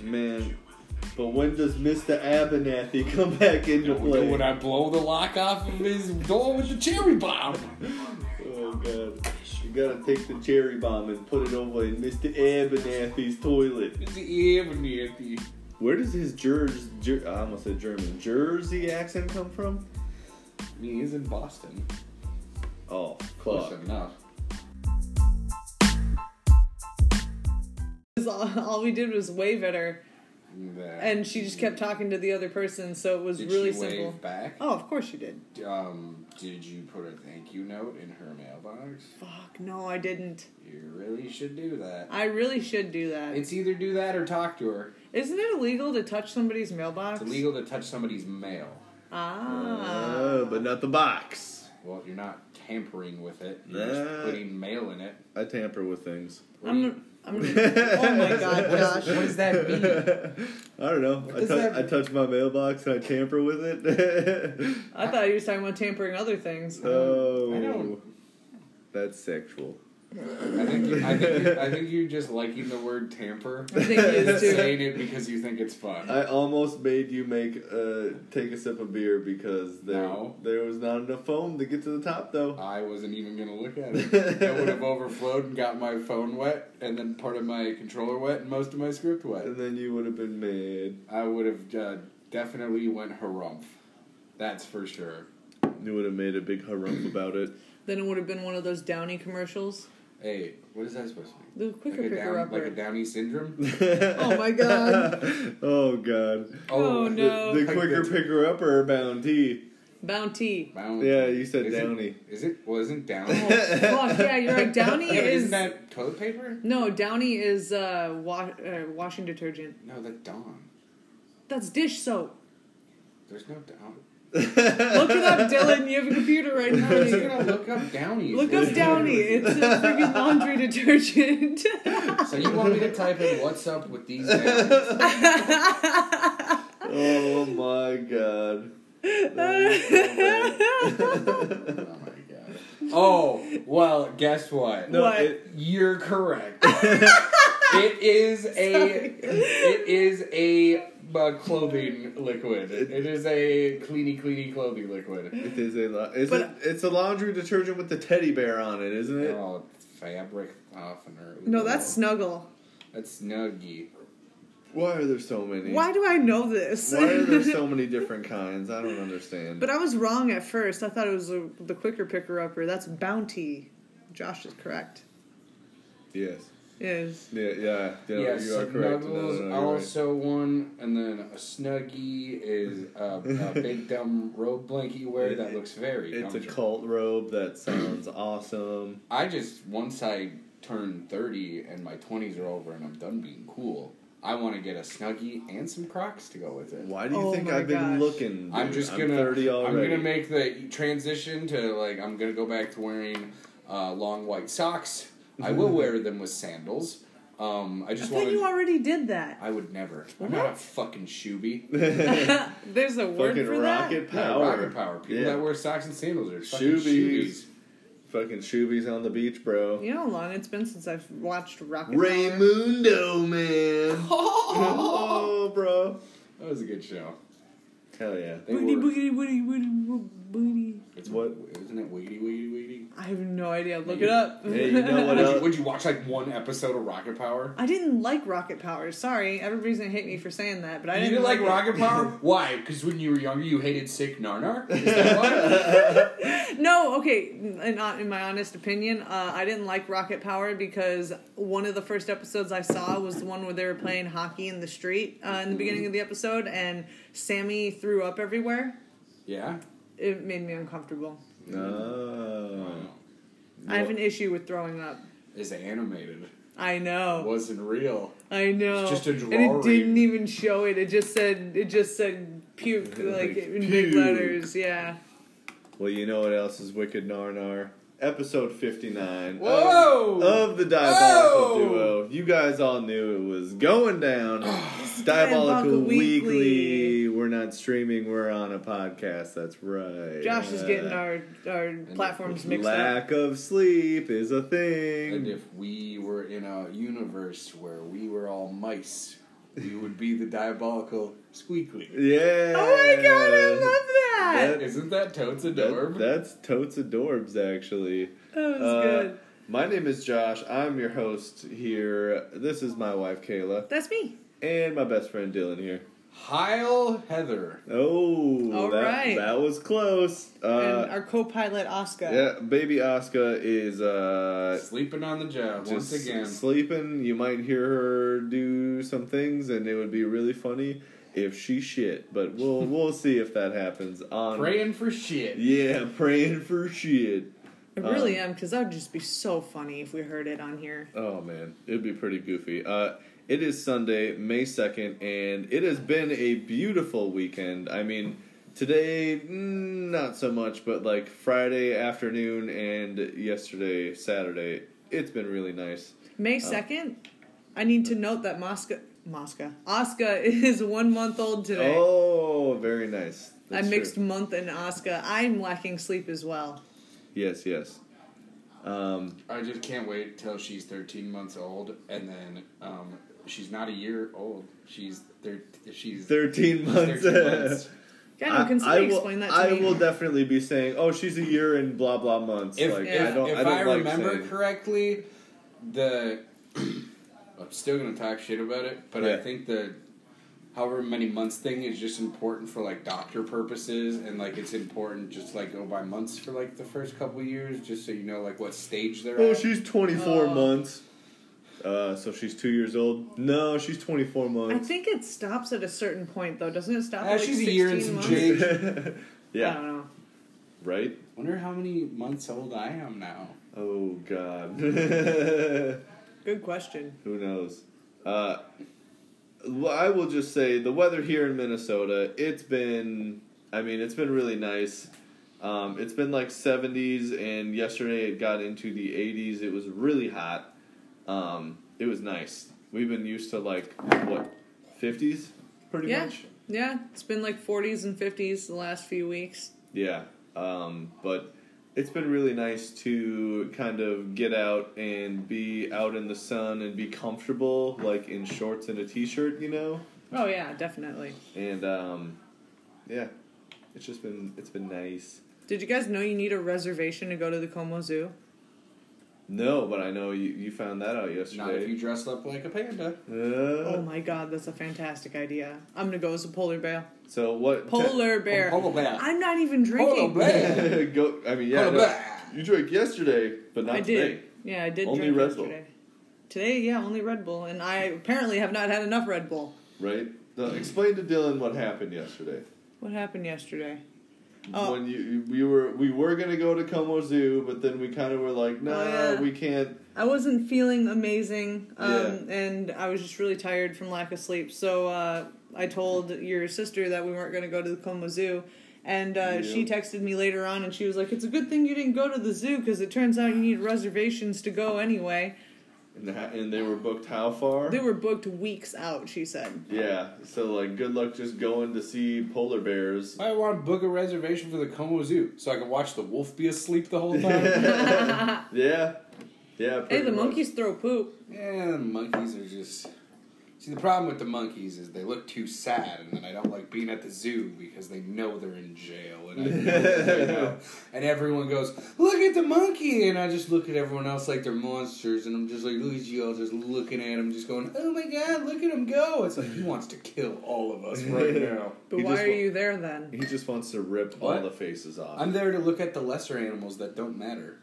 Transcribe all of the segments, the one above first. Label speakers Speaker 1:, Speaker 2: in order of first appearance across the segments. Speaker 1: Man, but when does Mr. Abernathy come back into play?
Speaker 2: When I blow the lock off of his door with the cherry bomb.
Speaker 1: Oh god. You gotta take the cherry bomb and put it over in Mr. Abernathy's toilet.
Speaker 2: It's the Abernathy.
Speaker 1: Where does his Jersey, Jer- I almost said German, Jersey accent come from?
Speaker 2: I mean, he's in Boston.
Speaker 1: Oh,
Speaker 2: Close
Speaker 1: fuck.
Speaker 2: enough.
Speaker 3: Because all, all we did was wave at her,
Speaker 2: That-
Speaker 3: and she just kept talking to the other person, so it was
Speaker 2: Did
Speaker 3: really
Speaker 2: she
Speaker 3: simple.
Speaker 2: wave back?
Speaker 3: Oh, of course she did.
Speaker 2: Um, did you put a thank you note in her mailbox?
Speaker 3: Fuck, no, I didn't.
Speaker 2: You really should do that.
Speaker 3: I really should do that.
Speaker 2: It's either do that or talk to her.
Speaker 3: Isn't it illegal to touch somebody's mailbox?
Speaker 2: It's illegal to touch somebody's mail.
Speaker 3: Ah.
Speaker 1: Uh, but not the box.
Speaker 2: Well, you're not tampering with it. You're
Speaker 1: That-
Speaker 2: just putting mail in it.
Speaker 1: I tamper with things.
Speaker 2: What do you-
Speaker 3: I'm, I'm, oh my god,
Speaker 2: what
Speaker 3: Josh.
Speaker 2: does that mean?
Speaker 1: I don't know. I,
Speaker 2: does
Speaker 1: tou-
Speaker 2: that-
Speaker 1: I touch my mailbox and I tamper with it.
Speaker 3: I thought you were talking about tampering other things.
Speaker 1: oh,
Speaker 2: Uh, I don't-
Speaker 1: that's sexual.
Speaker 2: I think you, I think you, I think you're just liking the word tamper.
Speaker 3: I think it
Speaker 2: and
Speaker 3: is too.
Speaker 2: saying it because you think it's fun.
Speaker 1: I almost made you make uh, take a sip of beer because there
Speaker 2: No. Uh.
Speaker 1: there was not enough foam to get to the top though.
Speaker 2: I wasn't even gonna look at it. It would have overflowed and got my phone wet, and then part of my controller wet, and most of my script wet.
Speaker 1: And then you would have been mad.
Speaker 2: I would have uh, definitely went harumph. That's for sure.
Speaker 1: You would have made a big harumph about it.
Speaker 3: Then it would have been one of those Downy commercials.
Speaker 2: Hey, what is that supposed to
Speaker 3: The
Speaker 2: be?
Speaker 3: quicker
Speaker 2: a,
Speaker 3: picker
Speaker 2: down, like a
Speaker 3: upper.
Speaker 2: Downey syndrome?
Speaker 3: Oh my god.
Speaker 1: oh god.
Speaker 3: Oh,
Speaker 2: the-
Speaker 3: no.
Speaker 1: The, the
Speaker 2: Like
Speaker 1: quicker
Speaker 2: the-
Speaker 1: picker upper bounty.
Speaker 3: Bounty.
Speaker 2: Bound-
Speaker 1: Yeah, you said
Speaker 2: Is it-
Speaker 1: Downey.
Speaker 2: Is it? Well, isn't
Speaker 3: Oh,
Speaker 2: Downey?
Speaker 3: fuck yeah, you're right. Downy
Speaker 2: Wait,
Speaker 3: is.
Speaker 2: isn't that toilet paper?
Speaker 3: No, Downy is uh, wa- uh, washing detergent.
Speaker 2: No, that's Dawn.
Speaker 3: That's dish soap.
Speaker 2: There's no Down.
Speaker 3: Look it up, Dylan. You have a computer right now.
Speaker 2: Who's
Speaker 3: You-
Speaker 2: gonna look up Downey?
Speaker 3: Look up Downy. It's a freaking laundry detergent.
Speaker 2: So you want me to type in what's up with these Downies?
Speaker 1: Oh my god. That is so bad.
Speaker 2: Oh my god. Oh well, guess what?
Speaker 1: No,
Speaker 3: What?
Speaker 1: it-
Speaker 2: You're correct. it is a it is a uh, clothing liquid. It is a cleany cleany clothing liquid.
Speaker 1: it is a la- is
Speaker 3: But-
Speaker 1: it, it's a laundry detergent with the teddy bear on it, isn't it?
Speaker 2: Oh, fabric softener. Ooh,
Speaker 3: no, that's Snuggle.
Speaker 2: that's snuggy.
Speaker 1: Why are there so many?
Speaker 3: Why do I know this?
Speaker 1: Why are there so many different kinds? I don't understand.
Speaker 3: but I was wrong at first. I thought it was the, the quicker picker upper. That's Bounty. Josh is correct.
Speaker 1: yes.
Speaker 3: Yes.
Speaker 1: Yeah, yeah, yeah,
Speaker 2: yes,
Speaker 1: you are correct. No, no,
Speaker 2: Snuggles
Speaker 1: no, you're right.
Speaker 2: also one, and then a snuggie is a, a big dumb robe blanket you wear that looks very.
Speaker 1: It's a
Speaker 2: comfortable.
Speaker 1: cult robe that sounds awesome.
Speaker 2: I just once I turn thirty and my twenties are over and I'm done being cool. I want to get a snuggie and some Crocs to go with it.
Speaker 1: Why do you
Speaker 3: Oh
Speaker 1: think
Speaker 3: my
Speaker 1: I've been
Speaker 3: gosh.
Speaker 1: looking?
Speaker 2: I'm
Speaker 1: dude?
Speaker 2: just gonna. I'm,
Speaker 1: 30 already.
Speaker 2: gonna make the transition to like I'm gonna go back to wearing uh, long white socks. I will wear them with sandals. Um, I
Speaker 3: I
Speaker 2: just
Speaker 3: thought
Speaker 2: want.
Speaker 3: you already did that.
Speaker 2: I would never. I'm not a
Speaker 3: What?
Speaker 2: fucking shooby.
Speaker 3: There's a word
Speaker 1: fucking
Speaker 3: for
Speaker 1: rocket
Speaker 2: Yeah,
Speaker 1: power.
Speaker 2: rocket power. People
Speaker 1: Yeah.
Speaker 2: that wear socks and sandals are fucking
Speaker 1: Shoobies.
Speaker 2: shoobies.
Speaker 1: Fucking shoobies on the beach,
Speaker 3: that.
Speaker 1: bro.
Speaker 3: You know how long it's been since I've watched Rocket Power?
Speaker 1: Raymundo, man. oh, bro.
Speaker 2: That was a good show.
Speaker 1: Hell yeah.
Speaker 2: They
Speaker 3: Booty,
Speaker 2: were-
Speaker 3: booty, booty, booty, booty, booty.
Speaker 2: It's
Speaker 1: What-
Speaker 2: what? Isn't it wiggity wiggity wiggity?
Speaker 3: I have no idea. Look
Speaker 2: Hey.
Speaker 3: it up.
Speaker 1: Hey, you know what
Speaker 2: Would
Speaker 3: uh,
Speaker 2: you,
Speaker 1: else?
Speaker 2: would you watch like one episode of Rocket Power?
Speaker 3: I didn't like Rocket Power. Sorry, everybody's gonna hate me for saying that, but I
Speaker 2: You
Speaker 3: didn't,
Speaker 2: didn't like
Speaker 3: it.
Speaker 2: Rocket Power? Why? Because when you were younger, you hated sick Narnar. Is that why?
Speaker 3: No, okay. In, uh, in my honest opinion, uh, I didn't like Rocket Power because one of the first episodes I saw was the one where they were playing hockey in the street uh, in the beginning of the episode, and Sammy threw up everywhere.
Speaker 2: yeah.
Speaker 3: It made me uncomfortable.
Speaker 1: No.
Speaker 2: Wow.
Speaker 3: I have an issue with throwing up.
Speaker 2: Is animated.
Speaker 3: I know.
Speaker 2: Wasn't real.
Speaker 3: I know.
Speaker 2: It's just a
Speaker 3: and it
Speaker 2: drawing.
Speaker 3: didn't even show it. It just said. It just said puke like in big
Speaker 1: Puke.
Speaker 3: letters. Yeah.
Speaker 1: Well, you know what else is wicked, Narnar? Episode 59. of-
Speaker 2: Whoa!
Speaker 3: Oh.
Speaker 1: Of, the Diabolical
Speaker 2: Whoa!
Speaker 1: Duo. You guys all knew it was going down. Diabolical
Speaker 3: Diabolical
Speaker 1: Weekly.
Speaker 3: Weekly.
Speaker 1: We're not streaming, we're on a podcast. That's right.
Speaker 3: Josh is getting
Speaker 1: Uh,
Speaker 3: our our platforms mixed up.
Speaker 1: Lack of sleep is a thing.
Speaker 2: And if we were in a universe where we were all mice, you would be the diabolical squeakly.
Speaker 1: Yeah.
Speaker 3: Oh my god, I love that.
Speaker 1: That-
Speaker 2: Isn't that totes adorable?
Speaker 1: That- that's totes adorbs, actually.
Speaker 3: That was
Speaker 1: Uh,
Speaker 3: good.
Speaker 1: My name is Josh. I'm your host here. This is my wife Kayla
Speaker 3: That's me.
Speaker 1: and my best friend Dylan here.
Speaker 2: Heil Heather.
Speaker 1: Oh,
Speaker 3: All
Speaker 1: that,
Speaker 3: right.
Speaker 1: that was close.
Speaker 3: and
Speaker 1: Uh,
Speaker 3: our co-pilot Oscar.
Speaker 1: yeah, baby Asuka is uh,
Speaker 2: Sleeping on the job once
Speaker 1: just
Speaker 2: again.
Speaker 1: sleeping. You might hear her do some things, and it would be really funny if she shit. But we'll we'll see if that happens. On
Speaker 2: Praying for shit.
Speaker 1: yeah, praying for shit.
Speaker 3: I really
Speaker 1: uh,
Speaker 3: am because that would just be so funny if we heard it on here.
Speaker 1: Oh man, it'd be pretty goofy. Uh, it is Sunday, May second, and it has been a beautiful weekend. I mean, today mm, not so much, but like Friday afternoon and yesterday Saturday, it's been really nice.
Speaker 3: May second. I need to note that Mosca, Mosca, Oscar is one month old today.
Speaker 1: Oh, very nice.
Speaker 3: I
Speaker 1: That's true.
Speaker 3: mixed month and Oscar. I'm lacking sleep as well.
Speaker 1: Yes, yes. Um,
Speaker 2: I just can't wait till she's 13 months old, and then um, she's not a year old. She's thir- she's
Speaker 1: thirteen
Speaker 2: she's
Speaker 1: months.
Speaker 2: 13 months.
Speaker 3: God, no, can somebody explain that to
Speaker 1: I
Speaker 3: me?
Speaker 1: will definitely be saying, "Oh, she's a year and blah blah months."
Speaker 2: If,
Speaker 1: like
Speaker 2: if,
Speaker 1: I don't,
Speaker 2: if
Speaker 1: I don't like
Speaker 2: remember
Speaker 1: saying-
Speaker 2: correctly, the I'm still gonna talk shit about it, but I
Speaker 1: Yeah.
Speaker 2: think the however many months thing is just important for like doctor purposes, and like it's important just like go by months for like the first couple years, just so you know like what stage they're
Speaker 1: Oh,
Speaker 2: at.
Speaker 1: she's 24
Speaker 3: Oh.
Speaker 1: months. Uh, so she's two years old. No, she's 24
Speaker 3: I
Speaker 1: months.
Speaker 3: think it stops at a certain point though, doesn't it? Stop.
Speaker 2: Ah,
Speaker 3: at like
Speaker 2: she's a year and
Speaker 3: 16
Speaker 2: some
Speaker 3: months?
Speaker 2: change.
Speaker 3: I don't
Speaker 1: yeah,
Speaker 3: know.
Speaker 1: right?
Speaker 2: Wonder how many months old I am now.
Speaker 1: Oh, God. Who
Speaker 3: Good question.
Speaker 1: knows? Uh, well, I will just say the weather here in Minnesota, it's been, I mean, it's been really nice. Um, it's been like 70s, and yesterday it got into the 80s. It was really hot. Um, it was nice. We've been used to like, what, 50s? Pretty
Speaker 3: yeah,
Speaker 1: much.
Speaker 3: yeah. It's been like 40s and 50s the last few weeks.
Speaker 1: Yeah. Um, but it's been really nice to kind of get out and be out in the sun and be comfortable, like in shorts and a t shirt, you know?
Speaker 3: Oh yeah, definitely.
Speaker 1: And um, yeah. It's just been it's been nice.
Speaker 3: Did you guys know you need a reservation to go to the Como Zoo?
Speaker 1: No, but I know you, you found that out
Speaker 2: Not if
Speaker 1: yesterday.
Speaker 2: you dress up like a panda.
Speaker 1: Uh,
Speaker 3: Oh my god, that's a fantastic idea. I'm gonna go as a polar bear.
Speaker 1: so what
Speaker 3: Polar bear.
Speaker 1: Oh,
Speaker 2: Polar bear.
Speaker 3: I'm not even
Speaker 2: Polar
Speaker 3: drinking.
Speaker 2: bear.
Speaker 1: go I mean yeah
Speaker 2: Polar
Speaker 1: no,
Speaker 2: bear.
Speaker 1: you drank yesterday, but not
Speaker 3: I
Speaker 1: today.
Speaker 3: did. Yeah, I did
Speaker 1: Only
Speaker 3: drink
Speaker 1: Red Bull.
Speaker 3: yesterday. Today, yeah, only Red Bull, and I apparently have not had enough Red Bull.
Speaker 1: Right? Now, explain to Dylan what happened yesterday.
Speaker 3: What happened yesterday? Oh.
Speaker 1: When you we were we were gonna go to Como Zoo, but then we kind of were like, no, nah,
Speaker 3: Oh, yeah.
Speaker 1: we can't.
Speaker 3: I wasn't feeling amazing, um,
Speaker 1: Yeah.
Speaker 3: and I was just really tired from lack of sleep. So uh, I told your sister that we weren't going to go to the Como Zoo, and uh,
Speaker 1: Yeah.
Speaker 3: she texted me later on, and she was like, "It's a good thing you didn't go to the zoo because it turns out you need reservations to go anyway."
Speaker 1: And, the, and they were booked how far?
Speaker 3: They were booked weeks out. She said.
Speaker 1: yeah, so like, good luck just going to see polar bears.
Speaker 2: I want to book a reservation for the Como Zoo so I can watch the wolf be asleep the whole time.
Speaker 1: Yeah, yeah.
Speaker 3: Hey,
Speaker 1: pretty
Speaker 3: the
Speaker 1: much.
Speaker 3: monkeys throw poop.
Speaker 2: Yeah, the monkeys are just. See, the problem with the monkeys is they look too sad, and then I don't like being at the zoo because they know they're in jail, and I know that they know. And everyone goes, "Look at the monkey," and I just look at everyone else like they're monsters, and I'm just like, "Look at you all just looking at him, just going, oh my god, look at him go!" It's like he wants to kill all of us right now.
Speaker 3: But
Speaker 1: He
Speaker 3: why
Speaker 1: just
Speaker 3: are
Speaker 1: wa-
Speaker 3: you there then?
Speaker 1: He just wants to rip all
Speaker 2: What?
Speaker 1: the faces off.
Speaker 2: I'm there to look at the lesser animals that don't matter.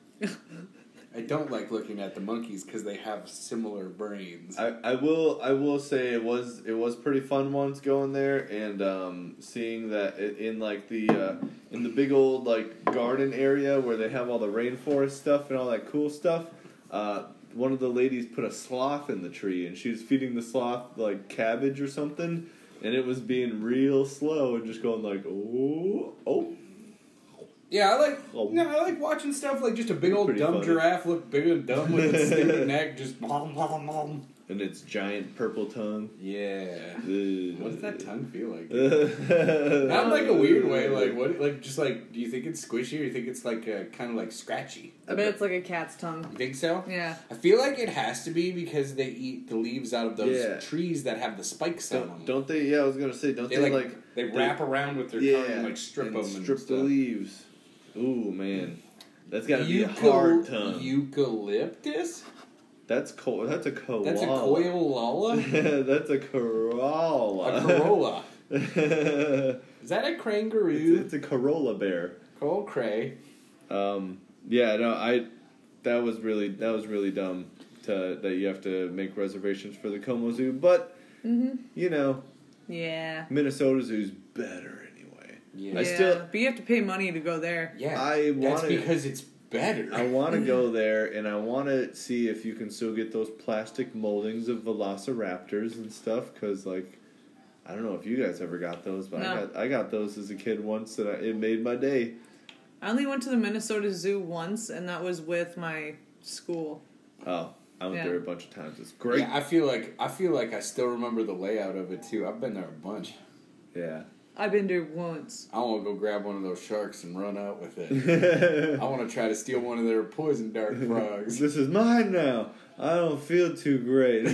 Speaker 2: I don't like looking at the monkeys because they have similar brains.
Speaker 1: I, I will I will say it was it was pretty fun once going there and um, seeing that i- in like the uh, in the big old like garden area where they have all the rainforest stuff and all that cool stuff. Uh, one of the ladies put a sloth in the tree and she was feeding the sloth like cabbage or something, and it was being real slow and just going like oh oh
Speaker 2: Yeah, I like
Speaker 1: Oh.
Speaker 2: no, I like watching stuff like just a big old
Speaker 1: Pretty
Speaker 2: dumb
Speaker 1: funny.
Speaker 2: giraffe look big and dumb with its stupid neck, just mom mom mom.
Speaker 1: and its giant purple tongue.
Speaker 2: Yeah. What does that tongue feel like? Not
Speaker 1: Not
Speaker 2: in, like a weird way. Like what? Like just like, do you think it's squishy or you think it's like uh, kind of like scratchy?
Speaker 3: I bet it's like a cat's tongue.
Speaker 2: You think so?
Speaker 3: Yeah.
Speaker 2: I feel like it has to be because they eat the leaves out of those
Speaker 1: Yeah.
Speaker 2: trees that have the spikes on them.
Speaker 1: Don't, don't they? Yeah, I was gonna say, don't
Speaker 2: they
Speaker 1: they,
Speaker 2: like,
Speaker 1: like
Speaker 2: they wrap around with their
Speaker 1: yeah,
Speaker 2: tongue and like strip them and
Speaker 1: strip the
Speaker 2: stuff.
Speaker 1: leaves. Ooh man, that's gotta be a
Speaker 2: Eucal-
Speaker 1: hard tongue.
Speaker 2: Eucalyptus?
Speaker 1: that's co- That's a koala.
Speaker 2: That's a coilala?
Speaker 1: that's a
Speaker 2: a
Speaker 1: Corolla.
Speaker 2: corolla.
Speaker 1: it's,
Speaker 2: Is that a kangaroo?
Speaker 1: it's a Corolla bear.
Speaker 2: Coral cray.
Speaker 1: Um, yeah, no, I. That was really that was really dumb to that you have to make reservations for the Como Zoo, but you know
Speaker 3: Yeah.
Speaker 1: Minnesota Zoo's better anyway.
Speaker 2: Yeah.
Speaker 1: I
Speaker 3: yeah.
Speaker 1: still-
Speaker 3: but you have to pay money to go there.
Speaker 2: yeah.
Speaker 1: I
Speaker 2: That's
Speaker 1: wanna-
Speaker 2: because it's better.
Speaker 1: I want to go there and I want to see if you can still get those plastic moldings of velociraptors and stuff because like. I don't know if you guys ever got those, but I
Speaker 3: No.
Speaker 1: got I got those as a kid once, and I, it made my day.
Speaker 3: I only went to the Minnesota Zoo once, and that was with my school.
Speaker 1: Oh, I went
Speaker 3: Yeah.
Speaker 1: there a bunch of times. It's great.
Speaker 2: Yeah, I feel like I feel like I still remember the layout of it too. I've been there a bunch.
Speaker 1: Yeah.
Speaker 3: I've been there once.
Speaker 2: I want to go grab one of those sharks and run out with it. I want to try to steal one of their poison dart frogs.
Speaker 1: this is mine now. I don't feel too great.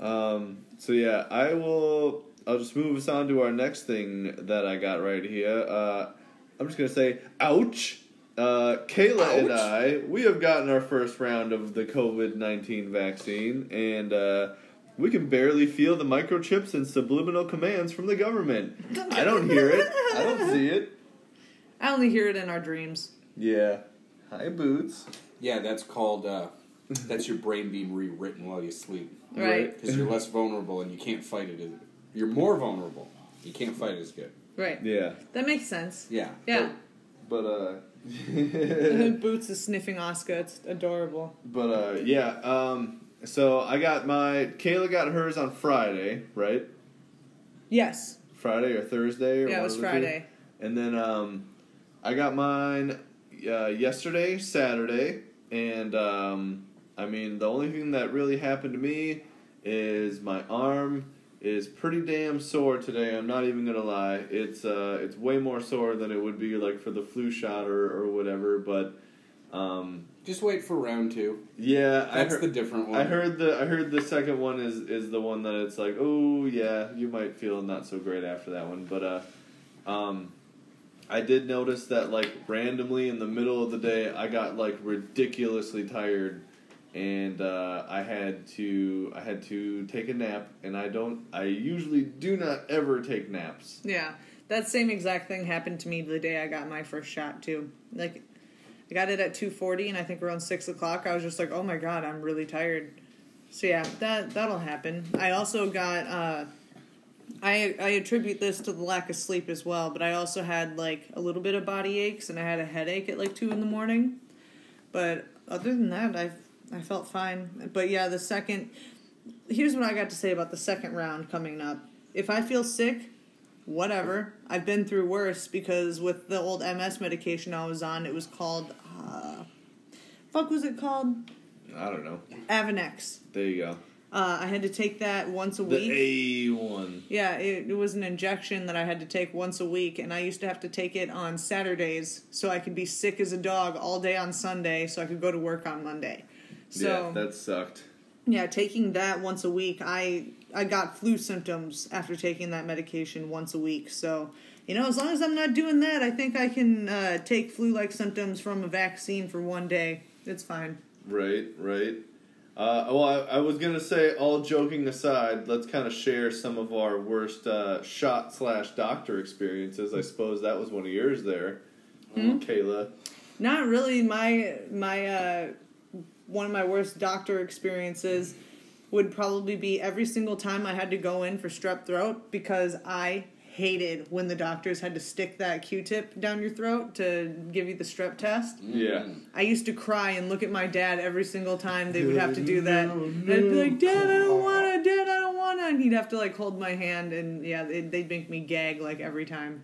Speaker 1: um, so yeah, I will. I'll just move us on to our next thing that I got right here. Uh, I'm just gonna say, ouch. Uh, Kayla and
Speaker 2: Ouch.
Speaker 1: I, we have gotten our first round of the COVID nineteen vaccine, and uh, we can barely feel the microchips and subliminal commands from the government. I don't hear it. I don't see it.
Speaker 3: I only hear it in our dreams.
Speaker 1: Yeah. Hi, Boots.
Speaker 2: Yeah, that's called uh, that's your brain being rewritten while you sleep.
Speaker 3: Right.
Speaker 2: Because you're less vulnerable and you can't fight it. As, you're more vulnerable. You can't fight it as good.
Speaker 3: Right.
Speaker 1: Yeah.
Speaker 3: That makes sense.
Speaker 2: Yeah.
Speaker 3: Yeah.
Speaker 1: But uh
Speaker 3: Boots is sniffing Oscar. It's adorable.
Speaker 1: but uh yeah, um so I got my Kayla got hers on Friday, right?
Speaker 3: Yes.
Speaker 1: Friday or Thursday or
Speaker 3: Yeah,
Speaker 1: one
Speaker 3: it was
Speaker 1: of the two.
Speaker 3: Friday.
Speaker 1: And then um I got mine uh, yesterday, Saturday, and um I mean the only thing that really happened to me is my arm is pretty damn sore today. I'm not even gonna lie. It's uh it's way more sore than it would be like for the flu shot or, or whatever, but um
Speaker 2: Just wait for round two.
Speaker 1: Yeah, I
Speaker 2: That's
Speaker 1: heard,
Speaker 2: the different one.
Speaker 1: I heard the I heard the second one is is the one that it's like, oh yeah, you might feel not so great after that one, but uh, um, I did notice that like randomly in the middle of the day, I got like ridiculously tired, and uh, I had to I had to take a nap, and I don't I usually do not ever take naps.
Speaker 3: Yeah. That same exact thing happened to me the day I got my first shot too. Like I got it at two forty and I think around six o'clock I was just like, Oh my god, I'm really tired. So yeah, that that'll happen. I also got uh I I attribute this to the lack of sleep as well, but I also had like a little bit of body aches and I had a headache at like two in the morning. But other than that I I felt fine. But yeah, the second here's what I got to say about the second round coming up. If I feel sick, whatever. I've been through worse because with the old MS medication I was on, it was called uh, fuck was it called?
Speaker 1: I don't know.
Speaker 3: Avanex.
Speaker 1: There you go.
Speaker 3: Uh, I had to take that once a week.
Speaker 1: The A one.
Speaker 3: Yeah, it, it was an injection that I had to take once a week, and I used to have to take it on Saturdays so I could be sick as a dog all day on Sunday so I could go to work on Monday. So
Speaker 1: yeah, that sucked.
Speaker 3: yeah, taking that once a week, I I got flu symptoms after taking that medication once a week. So, you know, as long as I'm not doing that, I think I can uh, take flu-like symptoms from a vaccine for one day. It's fine.
Speaker 1: Right, right. Uh, well, I, I was gonna say, all joking aside, let's kind of share some of our worst uh, shot slash doctor experiences. I suppose that was one of yours there, Kayla.
Speaker 3: Not really my my uh, one of my worst doctor experiences would probably be every single time I had to go in for strep throat because I hated when the doctors had to stick that Q-tip down your throat to give you the strep test.
Speaker 1: Yeah,
Speaker 3: I used to cry and look at my dad every single time they would have to do that. and I'd be like, Dad, I don't wanna, Dad, I don't wanna. And he'd have to like hold my hand and yeah, they'd, they'd make me gag like every time.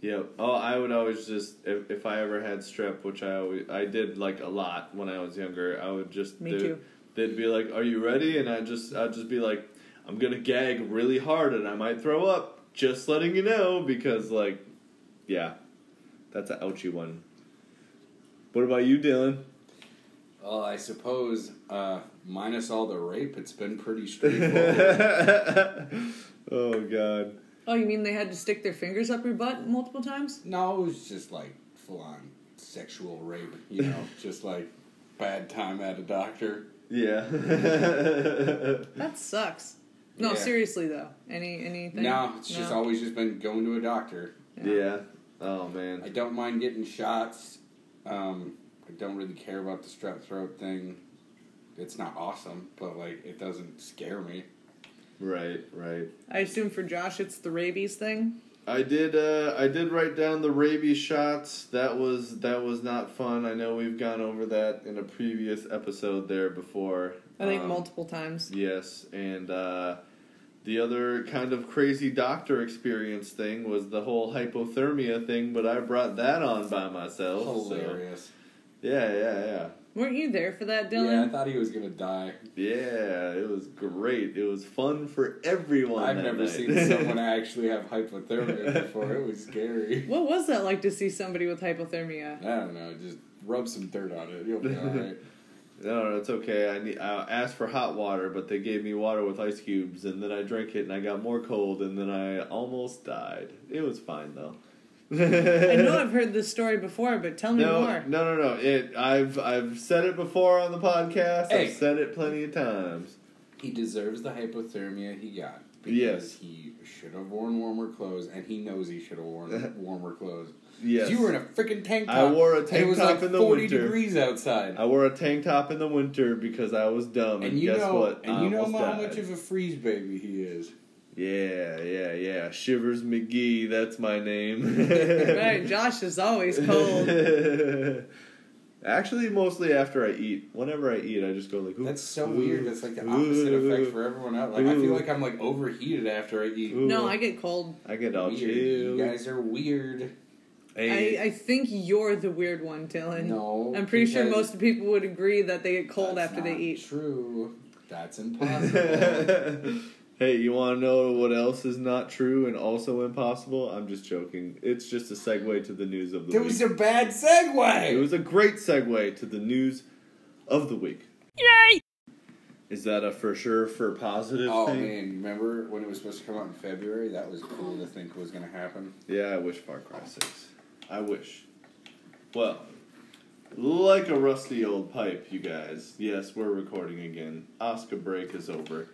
Speaker 1: yeah. Oh, I would always just if, if I ever had strep, which I always I did like a lot when I was younger. I would just
Speaker 3: Me
Speaker 1: there-
Speaker 3: too.
Speaker 1: they'd be like, "Are you ready?" And I just I'd just be like, "I'm gonna gag really hard and I might throw up." Just letting you know because like, yeah, that's an ouchy one. What about you, Dylan?
Speaker 2: Well, I suppose uh, minus all the rape, it's been pretty straightforward.
Speaker 1: oh God.
Speaker 3: Oh, you mean they had to stick their fingers up your butt multiple times?
Speaker 2: no, it was just like full on sexual rape, you know, just like bad time at a doctor.
Speaker 1: Yeah.
Speaker 3: That sucks. No,
Speaker 2: Yeah.
Speaker 3: seriously though. Any anything?
Speaker 2: No, it's just always just been going to a doctor.
Speaker 1: yeah. Oh
Speaker 2: I
Speaker 1: man.
Speaker 2: don't mind getting shots. Um, I don't really care about the strep throat thing. It's not awesome, but like it doesn't scare me.
Speaker 1: Right, right.
Speaker 3: I assume for Josh it's the rabies thing.
Speaker 1: I did. Uh, I did write down the rabies shots. That was that was not fun. I know we've gone over that in a previous episode there before.
Speaker 3: I think
Speaker 1: Um,
Speaker 3: multiple times.
Speaker 1: Yes, and uh, the other kind of crazy doctor experience thing was the whole hypothermia thing. But I brought that on by myself. so-
Speaker 2: Hilarious.
Speaker 1: Yeah, yeah, yeah.
Speaker 3: Weren't you there for that,
Speaker 2: Yeah, I
Speaker 3: Dylan?
Speaker 2: thought he was gonna die.
Speaker 1: Yeah, it was great. It was fun for everyone.
Speaker 2: I've
Speaker 1: that
Speaker 2: never
Speaker 1: night.
Speaker 2: seen someone actually have hypothermia before. It was scary.
Speaker 3: What was that like to see somebody with hypothermia?
Speaker 2: I don't know. Just rub some dirt on it. You'll be all right.
Speaker 1: No, no, it's okay. I need, I asked for hot water, but they gave me water with ice cubes, and then I drank it, and I got more cold, and then I almost died. It was fine though.
Speaker 3: I know I've heard this story before, but tell me
Speaker 1: no,
Speaker 3: more.
Speaker 1: no, no, no. It. I've I've said it before on the podcast.
Speaker 2: Hey.
Speaker 1: I've said it plenty of times.
Speaker 2: He deserves the hypothermia he got.
Speaker 1: Yes.
Speaker 2: He should have worn warmer clothes, and he knows he should have worn warmer clothes. 'Cause
Speaker 1: Yes.
Speaker 2: You were in a freaking tank top.
Speaker 1: I wore a
Speaker 2: and
Speaker 1: tank
Speaker 2: It was
Speaker 1: top
Speaker 2: like
Speaker 1: in the
Speaker 2: 40
Speaker 1: winter.
Speaker 2: degrees outside.
Speaker 1: I wore a tank top in the winter because I was dumb, and,
Speaker 2: and you
Speaker 1: guess
Speaker 2: know,
Speaker 1: what?
Speaker 2: and
Speaker 1: I
Speaker 2: you know
Speaker 1: almost
Speaker 2: how
Speaker 1: died.
Speaker 2: much of a freeze baby he is.
Speaker 1: Yeah, yeah, yeah. Shivers McGee, that's my name.
Speaker 3: Right, Josh is always cold.
Speaker 1: Actually, mostly after I eat. Whenever I eat, I just go like. Ooh,
Speaker 2: That's so
Speaker 1: ooh,
Speaker 2: weird. That's like the opposite
Speaker 1: ooh."
Speaker 2: effect for everyone else. Like I
Speaker 1: Ooh.
Speaker 2: feel like I'm like overheated after I eat.
Speaker 1: Ooh.
Speaker 3: No, I get cold.
Speaker 1: I get all
Speaker 2: Weird.
Speaker 1: chill.
Speaker 2: You guys are weird.
Speaker 1: Hey,
Speaker 3: I, I think you're the weird one, Dylan.
Speaker 2: No,
Speaker 3: I'm pretty sure
Speaker 2: because-
Speaker 3: most people would agree that they get cold
Speaker 2: That's
Speaker 3: after they
Speaker 2: not
Speaker 3: eat.
Speaker 2: True. That's impossible.
Speaker 1: hey, you want to know what else is not true and also impossible? I'm just joking. It's just a segue to the news of the
Speaker 2: It
Speaker 1: week.
Speaker 2: was a bad
Speaker 1: it
Speaker 2: segue.
Speaker 1: was a great segue to the news of the week. Yay! Is that a for sure for positive
Speaker 2: Oh
Speaker 1: thing?
Speaker 2: man, remember when it was supposed to come out in February? That was cool to think was gonna happen.
Speaker 1: Yeah, I wish Far Cry 6. I wish. Well, like a rusty old pipe, you guys. Yes, we're recording again. Oscar break is over.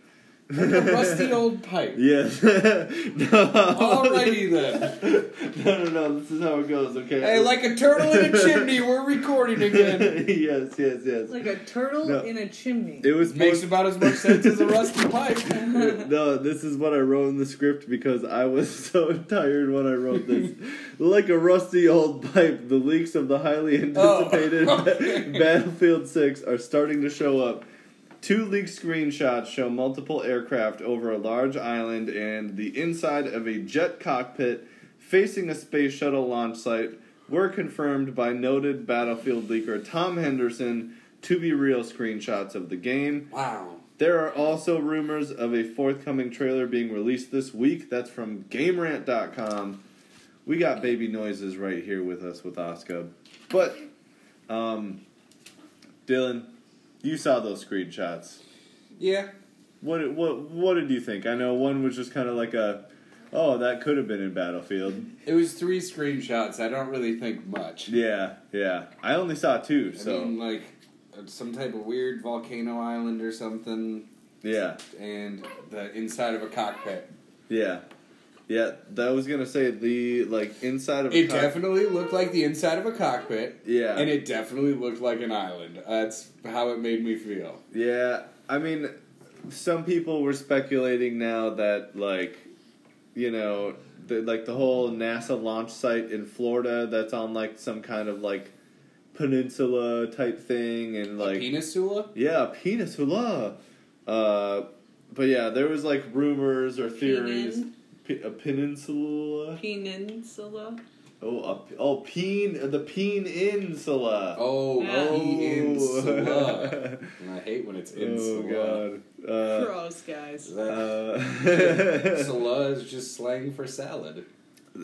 Speaker 2: A rusty old pipe.
Speaker 1: Yes. no.
Speaker 2: Alrighty then.
Speaker 1: No, no, no. This is how it goes, okay?
Speaker 2: Hey, like a turtle in a chimney, we're recording again.
Speaker 1: yes, yes, yes.
Speaker 3: Like a turtle
Speaker 1: No.
Speaker 3: in a chimney.
Speaker 1: It was
Speaker 2: Makes
Speaker 1: supposed-
Speaker 2: about as much sense as a rusty pipe.
Speaker 1: no, this is what I wrote in the script because I was so tired when I wrote this. like a rusty old pipe, the leaks of the highly anticipated
Speaker 2: Oh, okay.
Speaker 1: Battlefield 6 are starting to show up. Two leaked screenshots show multiple aircraft over a large island and the inside of a jet cockpit facing a space shuttle launch site were confirmed by noted Battlefield leaker Tom Henderson to be real screenshots of the game.
Speaker 2: Wow.
Speaker 1: There are also rumors of a forthcoming trailer being released this week. That's from GameRant.com. We got baby noises right here with us with Oscar. But, um, Dylan, you saw those screenshots.
Speaker 2: Yeah.
Speaker 1: What what what did you think? I know one was just kind of like a, oh, that could have been in Battlefield.
Speaker 2: It was three screenshots. I don't really think much.
Speaker 1: Yeah, yeah. I only saw two,
Speaker 2: I
Speaker 1: so
Speaker 2: mean, like uh, some type of weird volcano island or something,
Speaker 1: yeah.
Speaker 2: and the inside of a cockpit.
Speaker 1: Yeah. Yeah, that was gonna say the like inside of a
Speaker 2: It
Speaker 1: cock-
Speaker 2: definitely looked like the inside of a cockpit.
Speaker 1: Yeah.
Speaker 2: And it definitely looked like an island. That's how it made me feel.
Speaker 1: Yeah, I mean, some people were speculating now that like, you know, the, like the whole NASA launch site in Florida that's on like some kind of like peninsula type thing and like
Speaker 2: Penisula?
Speaker 1: yeah, peninsula. Uh, but yeah, there was like rumors or theories. Pe- a peninsula.
Speaker 3: Peninsula.
Speaker 1: Oh, up, oh, Peen, the Peninsula.
Speaker 2: Oh,
Speaker 3: Yeah.
Speaker 2: peninsula. and I hate when it's
Speaker 1: Oh,
Speaker 2: insula.
Speaker 1: God. Uh,
Speaker 3: Gross, guys.
Speaker 1: uh,
Speaker 2: Insula is just slang for salad.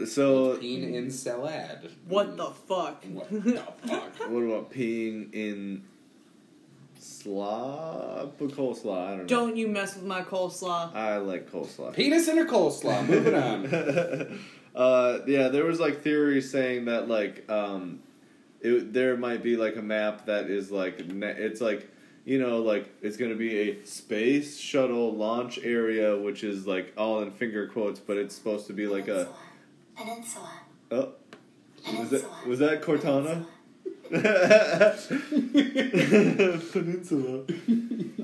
Speaker 1: so,
Speaker 2: Peen in salad. Mm.
Speaker 3: What the fuck?
Speaker 2: What the fuck?
Speaker 1: what about peeing in slaw? Put coleslaw. I don't know.
Speaker 3: Don't you mess with my coleslaw.
Speaker 1: I like coleslaw.
Speaker 2: Penis in a coleslaw. Moving on.
Speaker 1: uh, yeah, there was like theories saying that like um, it, there might be like a map that is like ne- it's like you know like it's gonna be a space shuttle launch area, which is like all in finger quotes, but it's supposed to be like a.
Speaker 4: Peninsula.
Speaker 1: Oh, was
Speaker 4: Peninsula.
Speaker 1: that was that Cortana? Peninsula.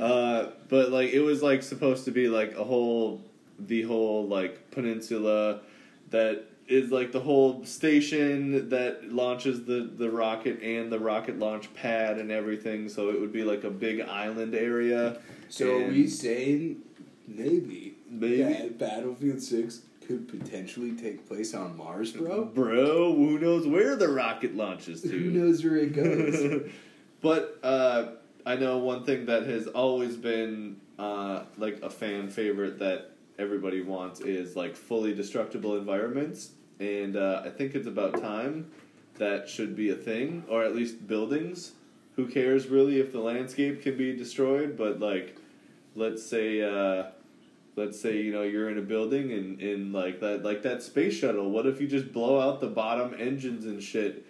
Speaker 1: Uh, but like it was like supposed to be like a whole the whole like peninsula that is like the whole station that launches the the rocket and the rocket launch pad and everything so it would be like a big island area
Speaker 2: So are
Speaker 1: And-
Speaker 2: we saying maybe,
Speaker 1: Maybe.
Speaker 2: that Battlefield Six could potentially take place on Mars, bro?
Speaker 1: bro who knows where the rocket launches to
Speaker 2: Who knows where it goes?
Speaker 1: but uh, I know one thing that has always been uh, like a fan favorite that everybody wants is like fully destructible environments, and uh, I think it's about time that should be a thing, or at least buildings. Who cares really if the landscape can be destroyed? But like, let's say. Uh, Let's say you know you're in a building and, and like that like that space shuttle. What if you just blow out the bottom engines and shit?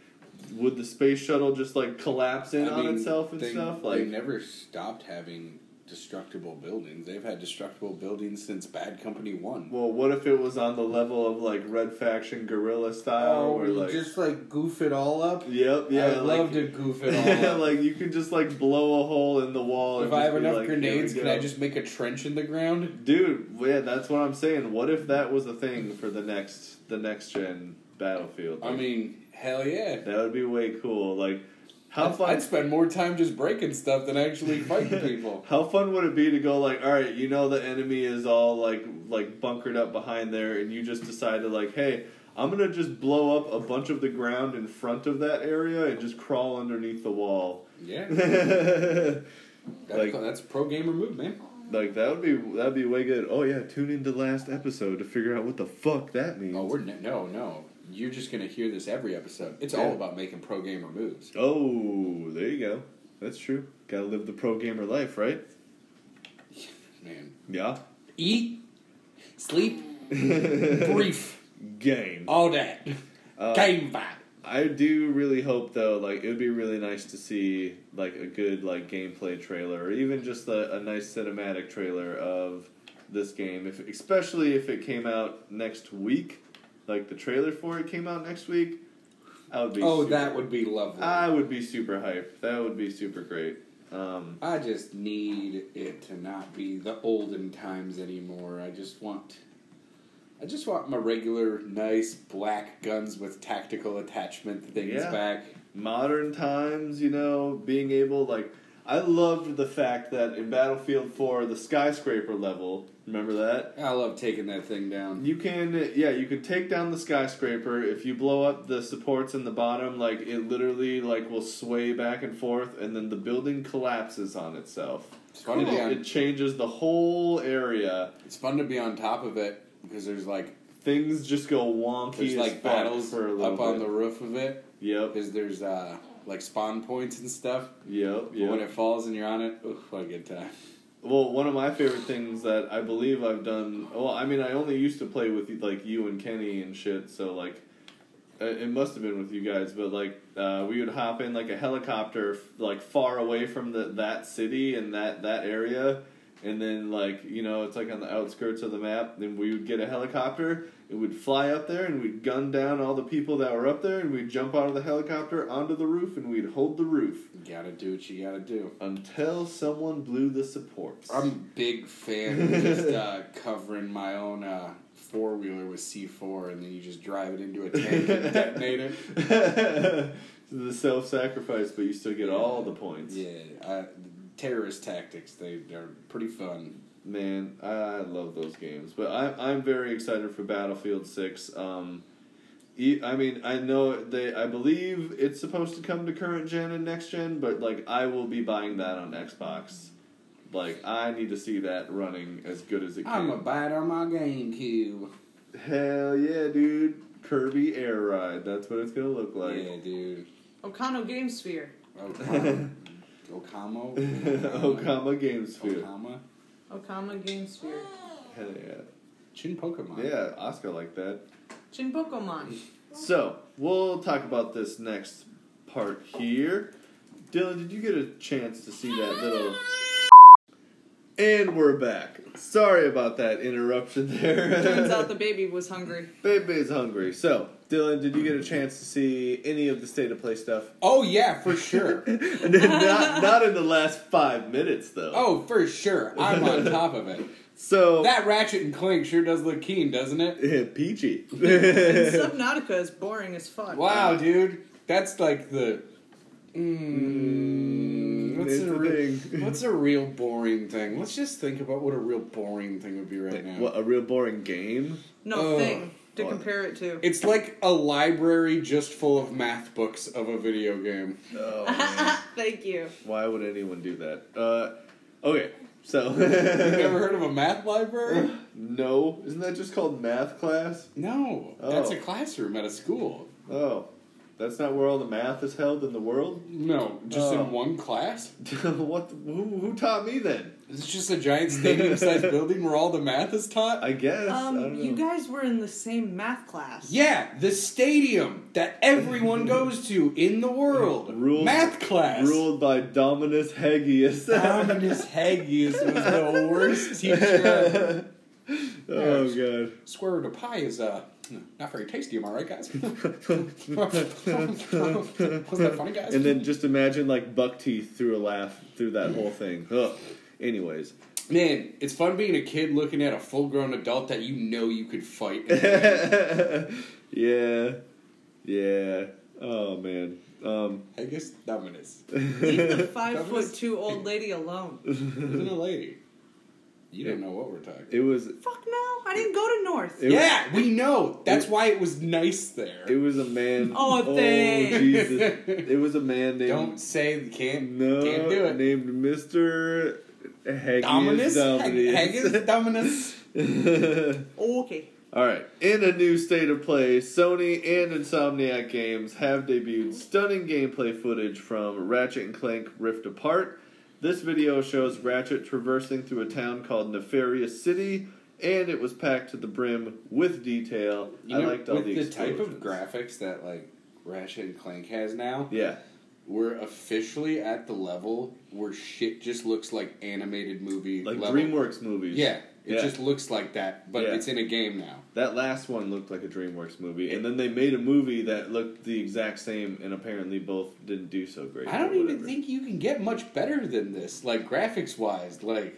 Speaker 1: Would the space shuttle just like collapse in
Speaker 2: I
Speaker 1: on
Speaker 2: mean,
Speaker 1: itself and
Speaker 2: they,
Speaker 1: stuff?
Speaker 2: they
Speaker 1: Like
Speaker 2: never stopped having destructible buildings. They've had destructible buildings since Bad Company One.
Speaker 1: Well, what if it was on the level of like Red Faction guerrilla style, where like,
Speaker 2: like goof it all up.
Speaker 1: yep, yeah,
Speaker 2: Oh, I'd
Speaker 1: like,
Speaker 2: love to goof it all up.
Speaker 1: like you could just like blow a hole in the wall.
Speaker 2: if
Speaker 1: and
Speaker 2: I
Speaker 1: just
Speaker 2: have
Speaker 1: be
Speaker 2: enough
Speaker 1: like, here we
Speaker 2: grenades, can I
Speaker 1: go.
Speaker 2: just make a trench in the ground?
Speaker 1: Dude, yeah, that's what I'm saying. What if that was a thing for the next the next gen battlefield?
Speaker 2: I mean, hell yeah.
Speaker 1: that would be way cool. Like, how
Speaker 2: I'd,
Speaker 1: fun?
Speaker 2: I'd spend more time just breaking stuff than actually fighting people.
Speaker 1: How fun would it be to go like, all right, you know the enemy is all like like bunkered up behind there, and you just decide to like, hey, I'm gonna just blow up a bunch of the ground in front of that area and just crawl underneath the wall.
Speaker 2: Yeah,
Speaker 1: like
Speaker 2: that's, that's a pro gamer move, man.
Speaker 1: that would be that'd be way good. Oh yeah, tune into last episode to figure out what the fuck that means.
Speaker 2: Oh, we're ne- no, no. You're just gonna hear this every episode. It's all
Speaker 1: Yeah.
Speaker 2: about making pro gamer moves.
Speaker 1: Oh, there you go. That's true. Gotta live the pro gamer life, right?
Speaker 2: Man,
Speaker 1: Yeah.
Speaker 2: eat, sleep, brief,
Speaker 1: Game.
Speaker 2: all that.
Speaker 1: Uh,
Speaker 2: Oh, Game vibe.
Speaker 1: I do really hope though, like it would be really nice to see like a good like gameplay trailer or even just a, a nice cinematic trailer of this game. If especially if it came out next week, like the trailer for it came out next week, I would be.
Speaker 2: Oh,
Speaker 1: super,
Speaker 2: that would be lovely.
Speaker 1: I would be super hyped. That would be super great. Um,
Speaker 2: I just need it to not be the olden times anymore. I just want. I just want my regular, nice black guns with tactical attachment things
Speaker 1: Yeah.
Speaker 2: back.
Speaker 1: modern times, you know, being able like I loved the fact that in Battlefield Four, the skyscraper level. Remember that?
Speaker 2: I love taking that thing down.
Speaker 1: You can, yeah, you can take down the skyscraper. If you blow up the supports in the bottom, like it literally like will sway back and forth, and then the building collapses on itself.
Speaker 2: It's fun, to be
Speaker 1: It
Speaker 2: on,
Speaker 1: changes the whole area.
Speaker 2: it's fun to be on top of it because there's like
Speaker 1: Things just go wonky.
Speaker 2: there's
Speaker 1: as
Speaker 2: like
Speaker 1: fuck
Speaker 2: battles
Speaker 1: for a
Speaker 2: up
Speaker 1: little
Speaker 2: on the
Speaker 1: bit.
Speaker 2: roof of it
Speaker 1: Yep,
Speaker 2: because there's uh like spawn points and stuff.
Speaker 1: yep,
Speaker 2: But
Speaker 1: yep.
Speaker 2: when it falls and you're on it, oof, what a good time!
Speaker 1: Well, one of my favorite things that I believe I've done. Well, I mean, I only used to play with like you and Kenny and shit, so like, uh, it must have been with you guys. But like, uh, we would hop in like a helicopter, f- like far away from the that city and that that area, and then like you know it's like on the outskirts of the map. Then we would get a helicopter. It would fly up there, and we'd gun down all the people that were up there, and we'd jump out of the helicopter onto the roof, and we'd hold the roof
Speaker 2: You gotta do what you gotta do.
Speaker 1: until someone blew the supports.
Speaker 2: I'm a big fan of just uh, covering my own uh, four wheeler with C4 and then you just drive it into a tank and detonate it.
Speaker 1: the self sacrifice, but you still get all the points.
Speaker 2: Yeah, uh, terrorist tactics, they, they're pretty fun.
Speaker 1: Man, I love those games. But I, I'm very excited for Battlefield 6. Um, E- I mean, I know they. I believe it's supposed to come to current gen and next gen, but like I will be buying that on Xbox. Like I need to see that running as good as it
Speaker 2: I'm
Speaker 1: can.
Speaker 2: gonna buy it on my GameCube.
Speaker 1: Hell yeah, dude! Kirby Air Ride. That's what it's gonna look like.
Speaker 2: yeah, dude.
Speaker 3: Okano Game Sphere.
Speaker 2: Okamo. Okamo.
Speaker 1: Okama Gamesphere.
Speaker 2: Okama.
Speaker 3: Okama Game Sphere.
Speaker 1: Hell yeah.
Speaker 2: Chin Pokemon.
Speaker 1: Yeah, Oscar like that.
Speaker 3: Chin Pokemon.
Speaker 1: So we'll talk about this next part here. Dylan, did you get a chance to see that little? And we're back. Sorry about that interruption there.
Speaker 3: Turns out the baby was hungry.
Speaker 1: Baby's hungry. So, Dylan, did you get a chance to see any of the state of play stuff?
Speaker 2: Oh yeah, for sure.
Speaker 1: not, not in the last five minutes, though.
Speaker 2: oh, for sure. I'm on top of it.
Speaker 1: so
Speaker 2: That Ratchet and Clank sure does look keen, doesn't it?
Speaker 1: peachy.
Speaker 3: And Subnautica is boring as fuck.
Speaker 1: Um,
Speaker 2: Wow, dude. That's like the. Mm, what's,
Speaker 1: it's
Speaker 2: a
Speaker 1: the
Speaker 2: real,
Speaker 1: thing.
Speaker 2: what's a real boring thing? Let's just think about what a real boring thing would be right now.
Speaker 1: what a real boring game.
Speaker 3: No
Speaker 2: Oh.
Speaker 3: thing to
Speaker 1: What?
Speaker 3: compare it to.
Speaker 2: It's like a library just full of math books of a video game.
Speaker 1: Oh, man.
Speaker 3: Thank you.
Speaker 1: why would anyone do that? Uh, okay, so
Speaker 2: You've never heard of a math library?
Speaker 1: no, isn't that just called math class?
Speaker 2: No,
Speaker 1: Oh.
Speaker 2: that's a classroom at a school.
Speaker 1: Oh, that's not where all the math is held in the world.
Speaker 2: No, just
Speaker 1: Oh.
Speaker 2: in one class.
Speaker 1: what? the- who, who taught me then?
Speaker 2: It's just a giant stadium-sized building where all the math is taught.
Speaker 1: I guess. I don't
Speaker 3: Um,
Speaker 1: know.
Speaker 3: you guys were in the same math class.
Speaker 2: yeah, the stadium that everyone goes to in the world.
Speaker 1: Ruled-
Speaker 2: math class.
Speaker 1: Ruled by Dominus Haggius.
Speaker 2: Dominus Haggius was the worst teacher. ever.
Speaker 1: oh god.
Speaker 2: Square root of pi is uh not very tasty. Am I right, guys? Was that funny, guys?
Speaker 1: And then just imagine like buck teeth through a laugh through that whole thing. Ugh. Anyways,
Speaker 2: Man, it's fun being a kid looking at a full grown adult that you know you could fight.
Speaker 1: yeah, yeah. Oh man. Um,
Speaker 2: I guess Dominus.
Speaker 3: Leave the five
Speaker 2: That
Speaker 3: foot
Speaker 2: was-
Speaker 3: two old lady alone.
Speaker 2: Isn't a lady. You don't know what we're talking
Speaker 1: it was
Speaker 3: Fuck no, I didn't go to North.
Speaker 1: It-
Speaker 2: yeah, we know. That's why it was nice there.
Speaker 1: it was a man.
Speaker 3: Oh, thanks.
Speaker 1: Jesus! It was a man named
Speaker 2: don't say you can't
Speaker 1: no
Speaker 2: can't do it.
Speaker 1: named Mister Haggius
Speaker 2: Dominus
Speaker 1: Dominus.
Speaker 2: Haggis Dominus.
Speaker 3: Oh, Okay.
Speaker 1: All right. In a new state of play, Sony and Insomniac Games have debuted stunning gameplay footage from Ratchet and Clank Rift Apart. This video shows Ratchet traversing through a town called Nefarious City, and it was packed to the brim with detail.
Speaker 2: You
Speaker 1: I
Speaker 2: know,
Speaker 1: liked all
Speaker 2: with
Speaker 1: the,
Speaker 2: the type of
Speaker 1: explosions.
Speaker 2: graphics that like Ratchet and Clank has now.
Speaker 1: Yeah,
Speaker 2: We're officially at the level where shit just looks like animated movie
Speaker 1: like
Speaker 2: level.
Speaker 1: DreamWorks movies.
Speaker 2: Yeah, it
Speaker 1: Yeah.
Speaker 2: just looks like that, but
Speaker 1: Yeah.
Speaker 2: it's in a game now.
Speaker 1: That last one looked like a DreamWorks movie, and then they made a movie that looked the exact same, and apparently both didn't do so great. or
Speaker 2: I don't even
Speaker 1: whatever.
Speaker 2: think you can get much better than this, like graphics wise, like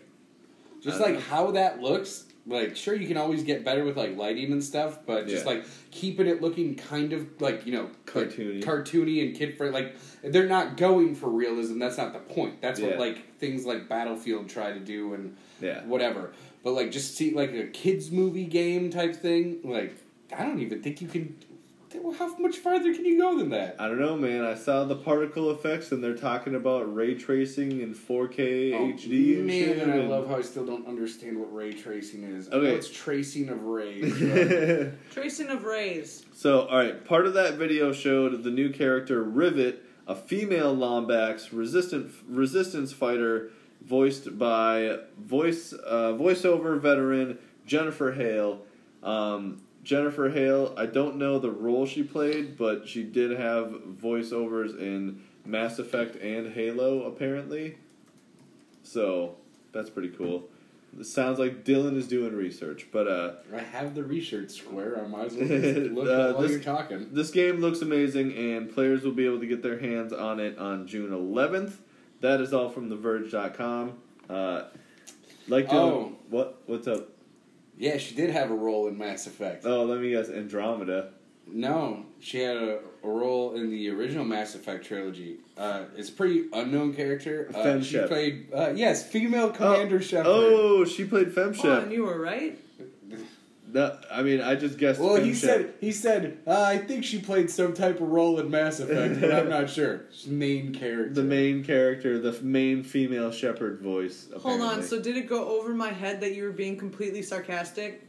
Speaker 2: just
Speaker 1: I don't
Speaker 2: like
Speaker 1: know.
Speaker 2: how that looks. Like sure, you can always get better with like lighting and stuff, but just
Speaker 1: Yeah.
Speaker 2: like keeping it looking kind of like you know like,
Speaker 1: Cartoony.
Speaker 2: cartoony and kid friendly. Like they're not going for realism. That's not the point. That's
Speaker 1: Yeah.
Speaker 2: what like things like Battlefield try to do and
Speaker 1: Yeah.
Speaker 2: whatever. But like just see like a kids movie game type thing. Like I don't even think you can. How much farther can you go than that?
Speaker 1: I don't know, man. I saw the particle effects, and they're talking about ray tracing and 4K
Speaker 2: Oh,
Speaker 1: HD. and
Speaker 2: Man,
Speaker 1: shit,
Speaker 2: and I
Speaker 1: and-
Speaker 2: love how I still don't understand what ray tracing is. I
Speaker 1: Okay.
Speaker 2: know it's tracing of rays. but-
Speaker 3: Tracing of rays.
Speaker 1: so, all right. Part of that video showed the new character Rivet, a female Lombax resistant resistance fighter, voiced by voice uh, voiceover veteran Jennifer Hale. Um, Jennifer Hale. I don't know the role she played, but she did have voiceovers in Mass Effect and Halo, apparently. So that's pretty cool. It sounds like Dylan is doing research, but uh,
Speaker 2: I have the research square. I might as well just look
Speaker 1: Uh,
Speaker 2: at while
Speaker 1: this-
Speaker 2: you're talking.
Speaker 1: this game looks amazing, and players will be able to get their hands on it on June 11th. That is all from TheVerge.com. Uh, like Dylan,
Speaker 2: Oh.
Speaker 1: what what's up?
Speaker 2: Yeah, she did have a role in Mass Effect.
Speaker 1: Oh, let me guess, Andromeda.
Speaker 2: No, she had a, a role in the original Mass Effect trilogy. Uh, it's a pretty unknown character. Uh,
Speaker 1: Fem
Speaker 2: she
Speaker 1: Shep.
Speaker 2: played uh, yes, female Commander
Speaker 1: oh,
Speaker 2: Shepard.
Speaker 1: oh, she played Fem
Speaker 3: Oh, and
Speaker 1: Shep.
Speaker 3: you were right.
Speaker 1: that, I mean, I just guessed.
Speaker 2: Well, he
Speaker 1: Pinchette.
Speaker 2: said he said uh, I think she played some type of role in Mass Effect, but I'm not sure. She's main character.
Speaker 1: the main character, the f- main female shepherd voice.
Speaker 3: Hold on.
Speaker 1: apparently.
Speaker 3: So did it go over my head that you were being completely sarcastic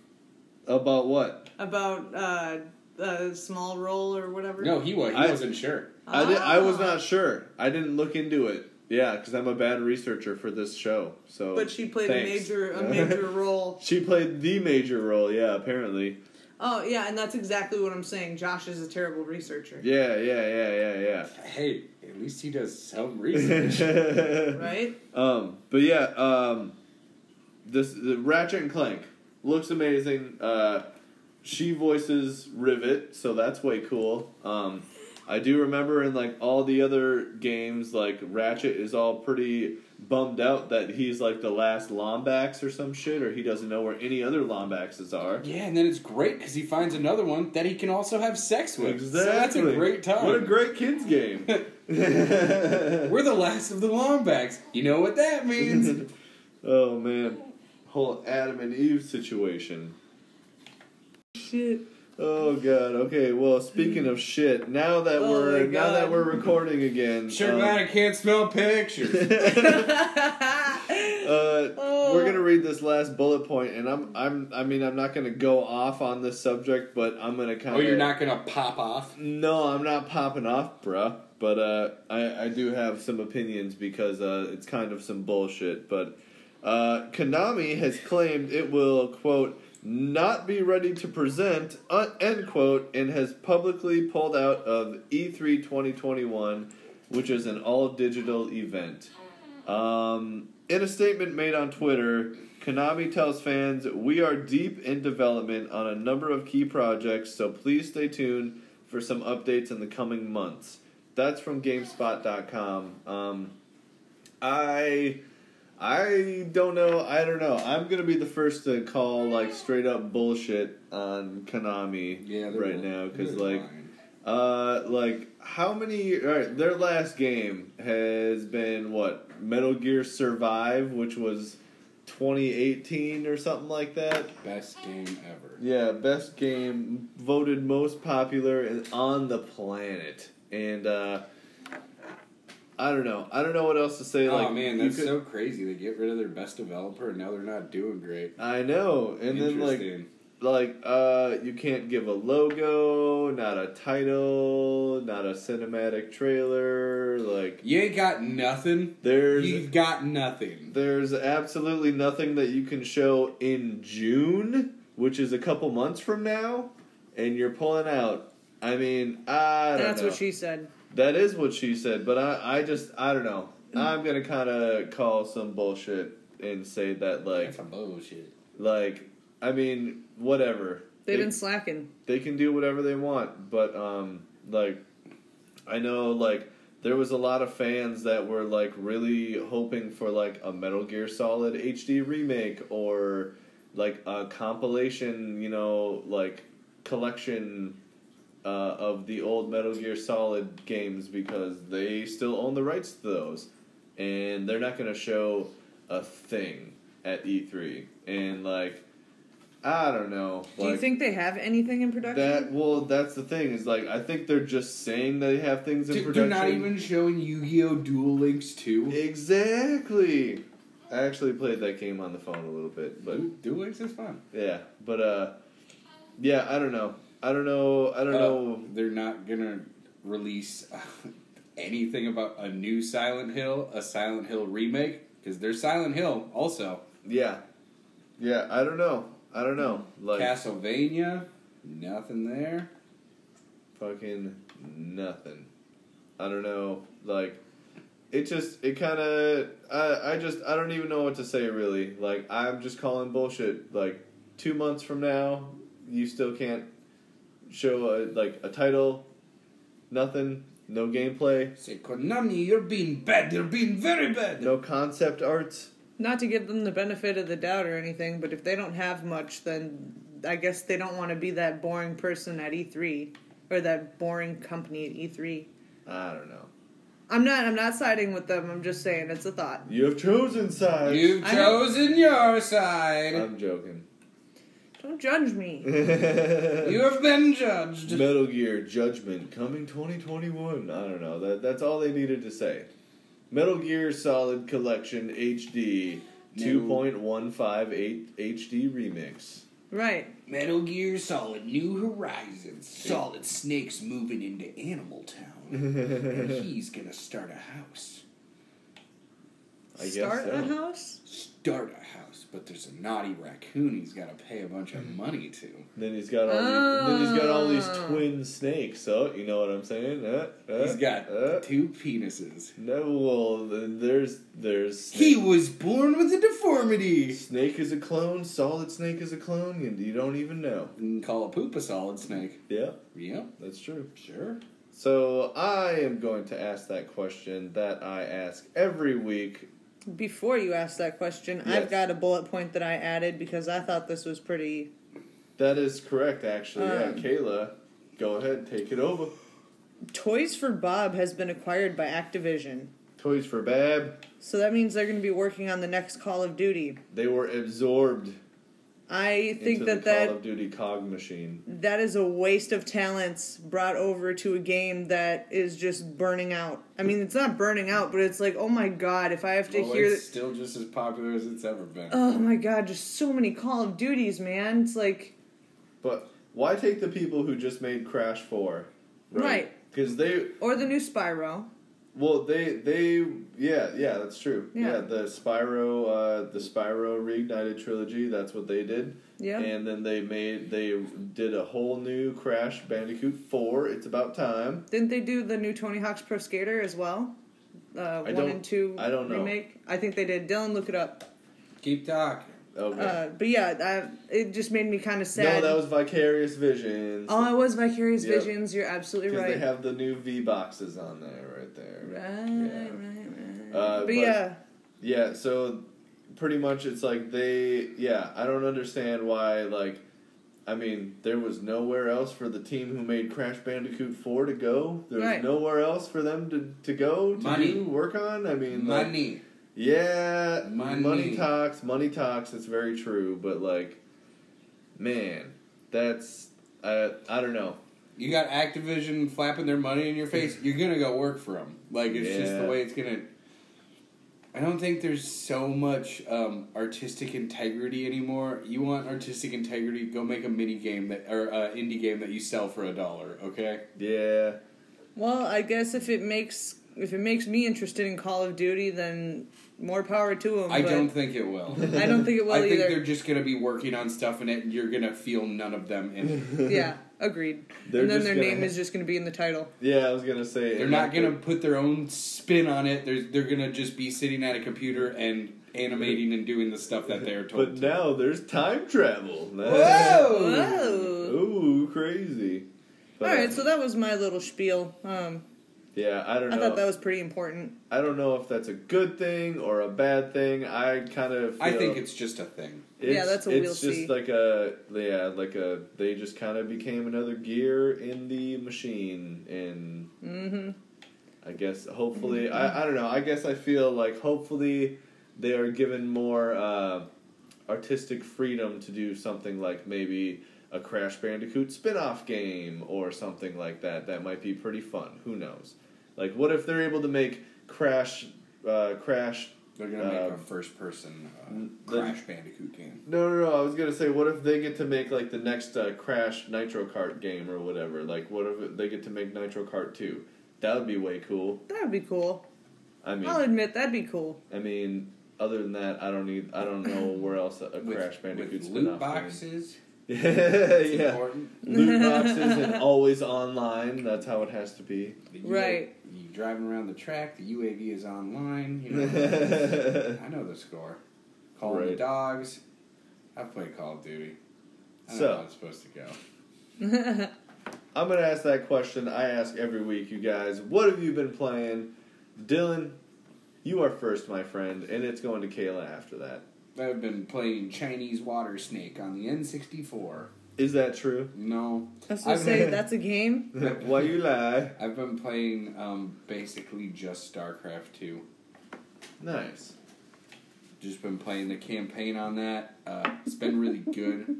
Speaker 1: about what?
Speaker 3: about uh, the small role or whatever?
Speaker 2: No, he was. He
Speaker 1: I-
Speaker 2: wasn't sure.
Speaker 1: I did, I was
Speaker 3: Ah.
Speaker 1: not sure. I didn't look into it. Yeah, because I'm a bad researcher for this show. So,
Speaker 3: But she played
Speaker 1: thanks.
Speaker 3: a major a major role.
Speaker 1: She played the major role. Yeah, apparently.
Speaker 3: Oh yeah, and that's exactly what I'm saying. Josh is a terrible researcher.
Speaker 1: Yeah, yeah, yeah, yeah,
Speaker 2: Hey, at least he does some research.
Speaker 1: yeah.
Speaker 3: Right?
Speaker 1: Um, but yeah, um, this the Ratchet and Clank looks amazing. Uh, she voices Rivet, so that's way cool. Um, I do remember in like all the other games, like Ratchet is all pretty bummed out that he's like the last Lombax or some shit, or he doesn't know where any other Lombaxes are.
Speaker 2: yeah, and then it's great because he finds another one that he can also have sex with. So that's a great time.
Speaker 1: What a great kids game.
Speaker 2: We're the last of the Lombax. You know what that means.
Speaker 1: oh man, whole Adam and Eve situation.
Speaker 3: Shit.
Speaker 1: Oh god. Okay. Well, speaking of shit, now that
Speaker 3: Oh
Speaker 1: we're
Speaker 3: my
Speaker 1: now that
Speaker 3: God.
Speaker 1: we're recording again,
Speaker 2: sure
Speaker 1: um,
Speaker 2: glad I can't smell pictures.
Speaker 1: uh,
Speaker 3: Oh.
Speaker 1: we're gonna read this last bullet point, and I'm I'm I mean I'm not gonna go off on this subject, but I'm gonna kind
Speaker 2: oh,
Speaker 1: of.
Speaker 2: you're not gonna pop off.
Speaker 1: No, I'm not popping off, bruh. But uh, I I do have some opinions because uh, it's kind of some bullshit. But uh, Konami has claimed it will quote not be ready to present uh, end quote and has publicly pulled out of E E3 2021, which is an all digital event. Um, in a statement made on Twitter, Konami tells fans, We are deep in development on a number of key projects, so please stay tuned for some updates in the coming months. That's from GameSpot.com. Um, I. I don't know. I don't know. I'm gonna be the first to call like straight up bullshit on Konami
Speaker 2: Yeah, they're
Speaker 1: right
Speaker 2: li-
Speaker 1: now because
Speaker 2: they're
Speaker 1: like
Speaker 2: lying.
Speaker 1: uh, like how many? All right, their last game has been what Metal Gear Survive, which was 2018 or something like that.
Speaker 2: best game ever.
Speaker 1: Yeah, best game voted most popular and on the planet, and uh, I don't know. I don't know what else to say.
Speaker 2: oh
Speaker 1: like,
Speaker 2: man,
Speaker 1: you
Speaker 2: that's
Speaker 1: could-
Speaker 2: so crazy. They get rid of their best developer and now they're not doing great.
Speaker 1: I know, and then like
Speaker 2: Interesting.
Speaker 1: like uh you can't give a logo not a title not a cinematic trailer like
Speaker 2: you ain't got nothing.
Speaker 1: there's
Speaker 2: You've got nothing.
Speaker 1: there's absolutely nothing that you can show in June, which is a couple months from now, and you're pulling out. I mean, I don't
Speaker 3: That's
Speaker 1: know.
Speaker 3: what she said.
Speaker 1: that is what she said, but I, I just, I don't know.
Speaker 3: Mm.
Speaker 1: I'm gonna kind of call some bullshit and say that, like,
Speaker 2: That's a bullshit.
Speaker 1: like, I mean, whatever.
Speaker 3: They've
Speaker 1: They-
Speaker 3: been slacking.
Speaker 1: they can do whatever they want but um like i know like there was a lot of fans that were like really hoping for like a metal gear solid hd remake or like a compilation you know like collection uh, of the old metal gear solid games because they still own the rights to those and they're not going to show a thing at e3 and like i don't know
Speaker 3: Do you
Speaker 1: like-
Speaker 3: think they have anything in production?
Speaker 1: that well, that's the thing is like I think they're just saying they have things in
Speaker 2: Dude,
Speaker 1: production.
Speaker 2: They're not even showing Yu-Gi-Oh! Duel Links 2.
Speaker 1: exactly. I actually played that game on the phone a little bit, but
Speaker 2: Duel Links is fun.
Speaker 1: yeah, but uh, yeah, I don't know, I don't know, I don't
Speaker 2: Uh,
Speaker 1: know.
Speaker 2: They're not gonna release uh, anything about a new Silent Hill, a Silent Hill remake, because there's Silent Hill also.
Speaker 1: Yeah, yeah, I don't know, I don't know. Like
Speaker 2: Castlevania, nothing there.
Speaker 1: fucking nothing. I don't know, like. It just, it kind of, I, I just, I don't even know what to say really. Like, I'm just calling bullshit. Like, two months from now, you still can't show a, like a title, nothing, no gameplay,
Speaker 2: Say, Konami, you're being bad. You're being very bad.
Speaker 1: no concept arts.
Speaker 3: Not to give them the benefit of the doubt or anything, but if they don't have much, then I guess they don't want to be that boring person at E3 or that boring company at E3.
Speaker 1: I don't know.
Speaker 3: I'm not. I'm not siding with them. I'm just saying it's a thought.
Speaker 1: You have chosen sides.
Speaker 2: You've
Speaker 3: I-
Speaker 2: Uh, chosen your side.
Speaker 1: I'm joking.
Speaker 3: Don't judge me.
Speaker 2: You have been judged.
Speaker 1: Metal Gear Judgment coming 2021. I don't know. That that's all they needed to say. Metal Gear Solid Collection HD
Speaker 2: No.
Speaker 1: 2.158 HD remix.
Speaker 3: Right.
Speaker 2: Metal Gear Solid New Horizons. Solid Snake's moving into Animal Town. and he's gonna start a house.
Speaker 1: I guess
Speaker 3: Start
Speaker 1: so.
Speaker 3: a
Speaker 2: uh-huh.
Speaker 3: house?
Speaker 2: Start a house, but there's a naughty raccoon he's gotta pay a bunch of money to.
Speaker 1: Then he's got all these, then he's got all these
Speaker 3: Oh.
Speaker 1: twin snakes. So you know what I'm saying? Uh, uh,
Speaker 2: He's got
Speaker 1: uh,
Speaker 2: two penises.
Speaker 1: no. Well, then there's there's
Speaker 2: He
Speaker 1: snake.
Speaker 2: was born with a deformity.
Speaker 1: snake is a clone. Solid Snake is a clone, and you don't even know.
Speaker 2: You can call a poop a solid snake.
Speaker 1: Yeah,
Speaker 2: Yep,
Speaker 1: that's true.
Speaker 2: sure.
Speaker 1: So I am going to ask that question that I ask every week.
Speaker 3: Before you ask that question,
Speaker 1: Yes.
Speaker 3: I've got a bullet point that I added because I thought this was pretty.
Speaker 1: That is correct, actually.
Speaker 3: Um.
Speaker 1: yeah, Kayla, go ahead, take it over.
Speaker 3: Toys for Bob has been acquired by Activision.
Speaker 1: Toys for Bab,
Speaker 3: So that means they're going to be working on the next Call of Duty.
Speaker 1: they were absorbed
Speaker 3: I think
Speaker 1: into
Speaker 3: that
Speaker 1: the Call
Speaker 3: that
Speaker 1: of Duty cog machine.
Speaker 3: that is a waste of talents brought over to a game that is just burning out. I mean, it's not burning out, but it's like, oh my god, if I have to
Speaker 2: Well,
Speaker 3: hear,
Speaker 2: it's still just as popular as it's ever been.
Speaker 3: oh my god, just so many Call of Duties, man. It's like,
Speaker 1: But why take the people who just made Crash Four,
Speaker 3: Right.
Speaker 1: Because they,
Speaker 3: or the new Spyro.
Speaker 1: well, they, they, yeah, yeah, that's true.
Speaker 3: Yeah.
Speaker 1: the Spyro, uh, the Spyro reignited trilogy. That's what they did.
Speaker 3: Yeah.
Speaker 1: And then they made, they did a whole new Crash Bandicoot Four. It's about time.
Speaker 3: Didn't they do the new Tony Hawk's Pro Skater as well? Uh, one
Speaker 1: don't-
Speaker 3: and two
Speaker 1: I don't know.
Speaker 3: remake. I think they did. Dylan, look it up.
Speaker 2: Keep talking.
Speaker 1: Okay.
Speaker 3: Uh, but yeah, I, it just made me kind of
Speaker 1: Oh, no,
Speaker 3: sad.
Speaker 1: that was Vicarious Visions.
Speaker 3: oh, it was Vicarious
Speaker 1: Yep.
Speaker 3: Visions. You're absolutely
Speaker 1: Because
Speaker 3: right.
Speaker 1: they have the new V boxes on there, right there.
Speaker 3: right,
Speaker 1: Yeah.
Speaker 3: right, right.
Speaker 1: Uh,
Speaker 3: but,
Speaker 1: but-
Speaker 3: yeah,
Speaker 1: Yeah, so pretty much it's like they yeah, I don't understand why like I mean, there was nowhere else for the team who made Crash Bandicoot 4 to go. There was
Speaker 3: Right.
Speaker 1: nowhere else for them to, to go to
Speaker 2: Money.
Speaker 1: do work on. I mean, like,
Speaker 2: Money.
Speaker 1: yeah,
Speaker 2: Money.
Speaker 1: money talks, money talks, it's very true, but like man, that's I I don't know.
Speaker 2: You got Activision flapping their money in your face. You're gonna go work for them. Like it's just the
Speaker 1: Yeah.
Speaker 2: way it's gonna. I don't think there's so much um, artistic integrity anymore. You want artistic integrity? Go make a mini game that or uh, indie game that you sell for a dollar. Okay.
Speaker 1: Yeah.
Speaker 3: Well, I guess if it makes if it makes me interested in Call of Duty, then more power to them.
Speaker 2: I don't think it will.
Speaker 3: I don't think it will
Speaker 2: I think they're
Speaker 3: either.
Speaker 2: just gonna be working on stuff in it, and you're gonna feel none of them in it.
Speaker 3: Yeah, agreed.
Speaker 1: They're
Speaker 3: and then
Speaker 1: just
Speaker 3: their
Speaker 1: gonna
Speaker 3: name
Speaker 1: ha-
Speaker 3: is just going to be in the title.
Speaker 1: Yeah, I was going to say
Speaker 2: They're not gonna put their own spin on it. They're they're gonna just be sitting at a computer and animating and doing the stuff that they're told.
Speaker 1: But
Speaker 2: to.
Speaker 1: now there's time travel. Oh.
Speaker 3: Whoa!
Speaker 1: Ooh, crazy. But,
Speaker 3: All right,
Speaker 1: uh,
Speaker 3: so that was my little spiel. Um,
Speaker 1: yeah, I don't
Speaker 3: I
Speaker 1: know.
Speaker 3: thought that was pretty important.
Speaker 1: I don't know if that's a good thing or a bad thing. I kind of.
Speaker 2: I
Speaker 1: feel
Speaker 2: think it's just a thing.
Speaker 1: it's-
Speaker 3: Yeah, that's a
Speaker 1: It's
Speaker 3: we'll
Speaker 1: just
Speaker 3: see.
Speaker 1: like a yeah, like a they just kind of became another gear in the machine, and
Speaker 3: Mm-hmm.
Speaker 1: I guess hopefully I I don't know. I guess I feel like hopefully they are given more uh, artistic freedom to do something like maybe a Crash Bandicoot spin-off game or something like that. That might be pretty fun. Who knows? Like, what if they're able to make Crash, uh, Crash?
Speaker 2: They're gonna make a
Speaker 1: Um,
Speaker 2: first person
Speaker 1: n-
Speaker 2: uh,
Speaker 1: the-
Speaker 2: Crash Bandicoot game.
Speaker 1: No, no, no. I was gonna say, what if they get to make like the next uh, Crash Nitro Kart game or whatever? Like, what if they get to make Nitro Kart Two? That would be way cool.
Speaker 3: That would be cool.
Speaker 1: I mean,
Speaker 3: I'll admit that'd be cool.
Speaker 1: I mean, other than that, I don't need. I don't know where else a, a
Speaker 2: With,
Speaker 1: Crash Bandicoot
Speaker 2: with
Speaker 1: spin-off game-
Speaker 2: loot boxes.
Speaker 1: yeah,
Speaker 2: It's
Speaker 1: yeah.
Speaker 2: important.
Speaker 1: Loot boxes and always online. That's how it has to be.
Speaker 2: The
Speaker 3: Right.
Speaker 2: UA You driving around the track. The UAV is online. You know.
Speaker 1: so
Speaker 2: I know the score. Call the
Speaker 1: Right.
Speaker 2: dogs. I play Call of Duty. I know how it's supposed to go.
Speaker 1: I'm gonna ask that question I ask every week, you guys. What have you been playing, Dylan? You are first, my friend, and it's going to Kayla after that.
Speaker 2: I've been playing Chinese water snake on the N64.
Speaker 1: Is that true?
Speaker 2: No,
Speaker 3: I was gonna
Speaker 2: I've-
Speaker 3: say that's a game.
Speaker 1: Why you lie?
Speaker 2: I've been playing um, basically just StarCraft 2.
Speaker 1: Nice.
Speaker 2: Just been playing the campaign on that. Uh, it's been really good.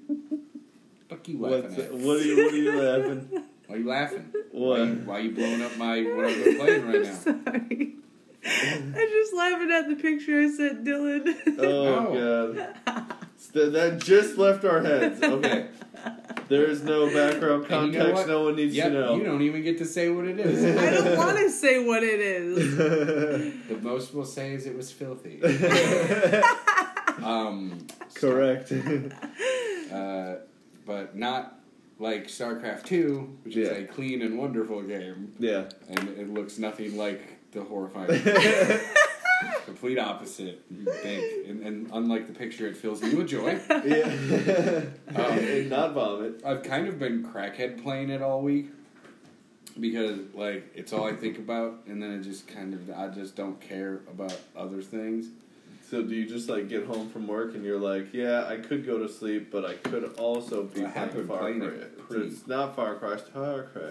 Speaker 2: Fuck you laughing
Speaker 1: What's,
Speaker 2: at?
Speaker 1: what are you? What are you laughing?
Speaker 2: Why you laughing? Why you,
Speaker 1: What?
Speaker 2: why you blowing up my what I'm playing right now?
Speaker 3: Sorry. I'm just laughing at the picture I sent Dylan.
Speaker 1: Oh god. St- that just left our heads. Okay. There is no background
Speaker 2: And you know
Speaker 1: context.
Speaker 2: what?
Speaker 1: no one needs
Speaker 2: Yep,
Speaker 1: to know.
Speaker 2: You don't even get to say what it
Speaker 3: I
Speaker 2: is.
Speaker 3: don't want to say what it is.
Speaker 2: the most we'll say is it was filthy. Um,
Speaker 1: Correct.
Speaker 2: uh, but not like StarCraft Two, which is
Speaker 1: Yeah.
Speaker 2: a clean and wonderful game,
Speaker 1: yeah.
Speaker 2: and it looks nothing like the horrifying.
Speaker 1: yeah.
Speaker 2: Complete opposite, you think. And, and unlike the picture, it fills me with joy. Um,
Speaker 1: and not vomit.
Speaker 2: I've kind of been crackhead playing it all week because like it's all I think about, and then it just kind of I just don't care about other things.
Speaker 1: So do you just like get home from work and you're like, yeah, I could go to sleep, but I could also be
Speaker 2: I have
Speaker 1: playing
Speaker 2: been
Speaker 1: Far
Speaker 2: playing
Speaker 1: Cry.
Speaker 2: it pretty-
Speaker 1: It's not Far Cry, Star Cry,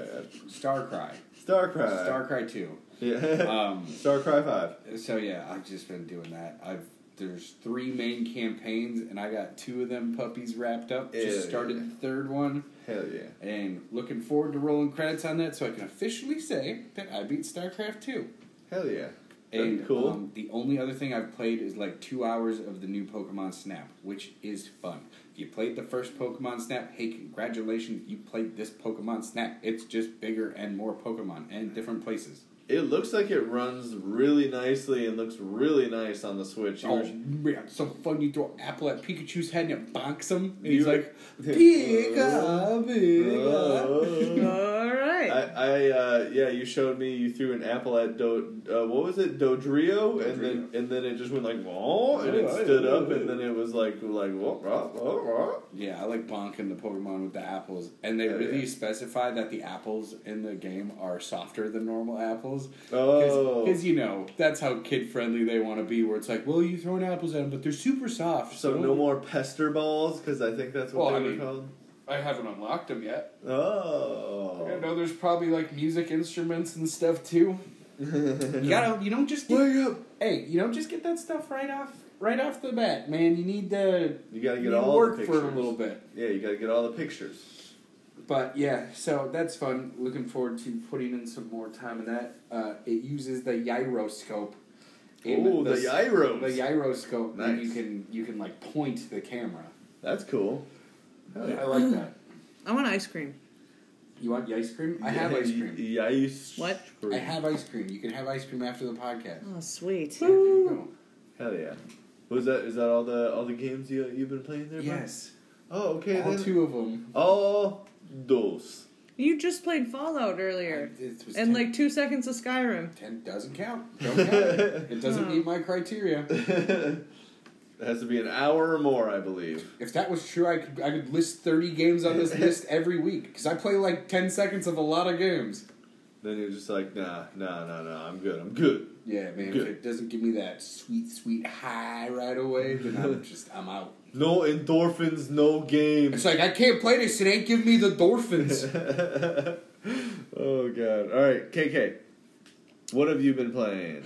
Speaker 2: Starcry,
Speaker 1: Star Cry,
Speaker 2: Starcry Two.
Speaker 1: yeah,
Speaker 2: Um,
Speaker 1: Star Cry Five.
Speaker 2: so yeah, I've just been doing that. I've there's three main campaigns, and I got two of them puppies wrapped up. Just
Speaker 1: Yeah.
Speaker 2: started the third one,
Speaker 1: Hell yeah.
Speaker 2: and looking forward to rolling credits on that, so I can officially say that I beat StarCraft Two.
Speaker 1: Hell yeah. That'd
Speaker 2: And
Speaker 1: be cool.
Speaker 2: um, the only other thing I've played is like two hours of the new Pokemon Snap, which is fun. If you played the first Pokemon Snap, hey, congratulations, you played this Pokemon Snap. It's just bigger and more Pokemon and different places.
Speaker 1: It looks like it runs really nicely and looks really nice on the Switch. You
Speaker 2: Oh,
Speaker 1: were-
Speaker 2: man, so fun! You throw an apple at Pikachu's head and it bonks him, and
Speaker 1: You-
Speaker 2: he's like, "Pika, Pika."
Speaker 3: All
Speaker 1: I,
Speaker 3: right.
Speaker 1: I uh, yeah, you showed me you threw an apple at Do uh, what was it Dodrio, and then and then it just went like whoa, and it stood up, and then it was like like whoa, whoa, whoa, whoa.
Speaker 2: Yeah, I like bonking the Pokemon with the apples, and they
Speaker 1: Hell
Speaker 2: really
Speaker 1: yeah.
Speaker 2: specify that the apples in the game are softer than normal apples.
Speaker 1: Oh.
Speaker 2: because you know that's how kid friendly they want to be. Where it's like, well, you throwing apples at them, but they're super soft.
Speaker 1: So
Speaker 2: don't-
Speaker 1: no more pester balls because I think that's what
Speaker 2: Well,
Speaker 1: they
Speaker 2: I
Speaker 1: were
Speaker 2: mean-
Speaker 1: called.
Speaker 2: I haven't unlocked them yet. I
Speaker 1: Oh,
Speaker 2: know there's probably like music instruments and stuff too. You gotta, you don't just get,
Speaker 1: wake up!
Speaker 2: hey, you don't just get that stuff right off, right off the bat, man. You need to
Speaker 1: You gotta
Speaker 2: you
Speaker 1: get
Speaker 2: need to
Speaker 1: all
Speaker 2: work
Speaker 1: the
Speaker 2: for
Speaker 1: pictures.
Speaker 2: a little bit.
Speaker 1: Yeah, you gotta get all the pictures.
Speaker 2: But yeah, so that's fun. Looking forward to putting in some more time in that. Uh, it uses the gyroscope. in
Speaker 1: Oh, the,
Speaker 2: s-
Speaker 1: gyros.
Speaker 2: The gyroscope. that
Speaker 1: Nice.
Speaker 2: You can you can like point the camera.
Speaker 1: that's cool. Hell yeah.
Speaker 2: I like that.
Speaker 3: I want ice cream.
Speaker 2: You want ice cream? I have
Speaker 1: Yeah,
Speaker 2: ice cream.
Speaker 1: y- Ice
Speaker 3: What?
Speaker 1: cream.
Speaker 2: I have ice cream. You can have ice cream after the podcast.
Speaker 3: Oh, sweet.
Speaker 2: Yeah, there you
Speaker 1: Hell yeah. Was that is that all the all the games you you've been playing
Speaker 2: go.
Speaker 1: there? bro?
Speaker 2: Yes.
Speaker 1: Oh okay
Speaker 2: All
Speaker 1: then.
Speaker 2: two of them.
Speaker 1: All those.
Speaker 3: You just played Fallout earlier.
Speaker 2: It was
Speaker 3: And
Speaker 2: ten-
Speaker 3: like two seconds of Skyrim.
Speaker 2: ten doesn't count. Don't count it. It doesn't meet my criteria.
Speaker 1: it has to be an hour or more, I believe.
Speaker 2: If that was true, I could I could list thirty games on this list every week because I play like ten seconds of a lot of games.
Speaker 1: Then you're just like, nah, nah, nah, nah. I'm good. I'm good.
Speaker 2: Yeah, man.
Speaker 1: Good.
Speaker 2: If it doesn't give me that sweet, sweet high right away, then I'm just I'm out.
Speaker 1: No endorphins, no games.
Speaker 2: It's like I can't play this. It ain't giving me the
Speaker 1: oh
Speaker 2: dolphins.
Speaker 1: god. All right, KK. What have you been playing?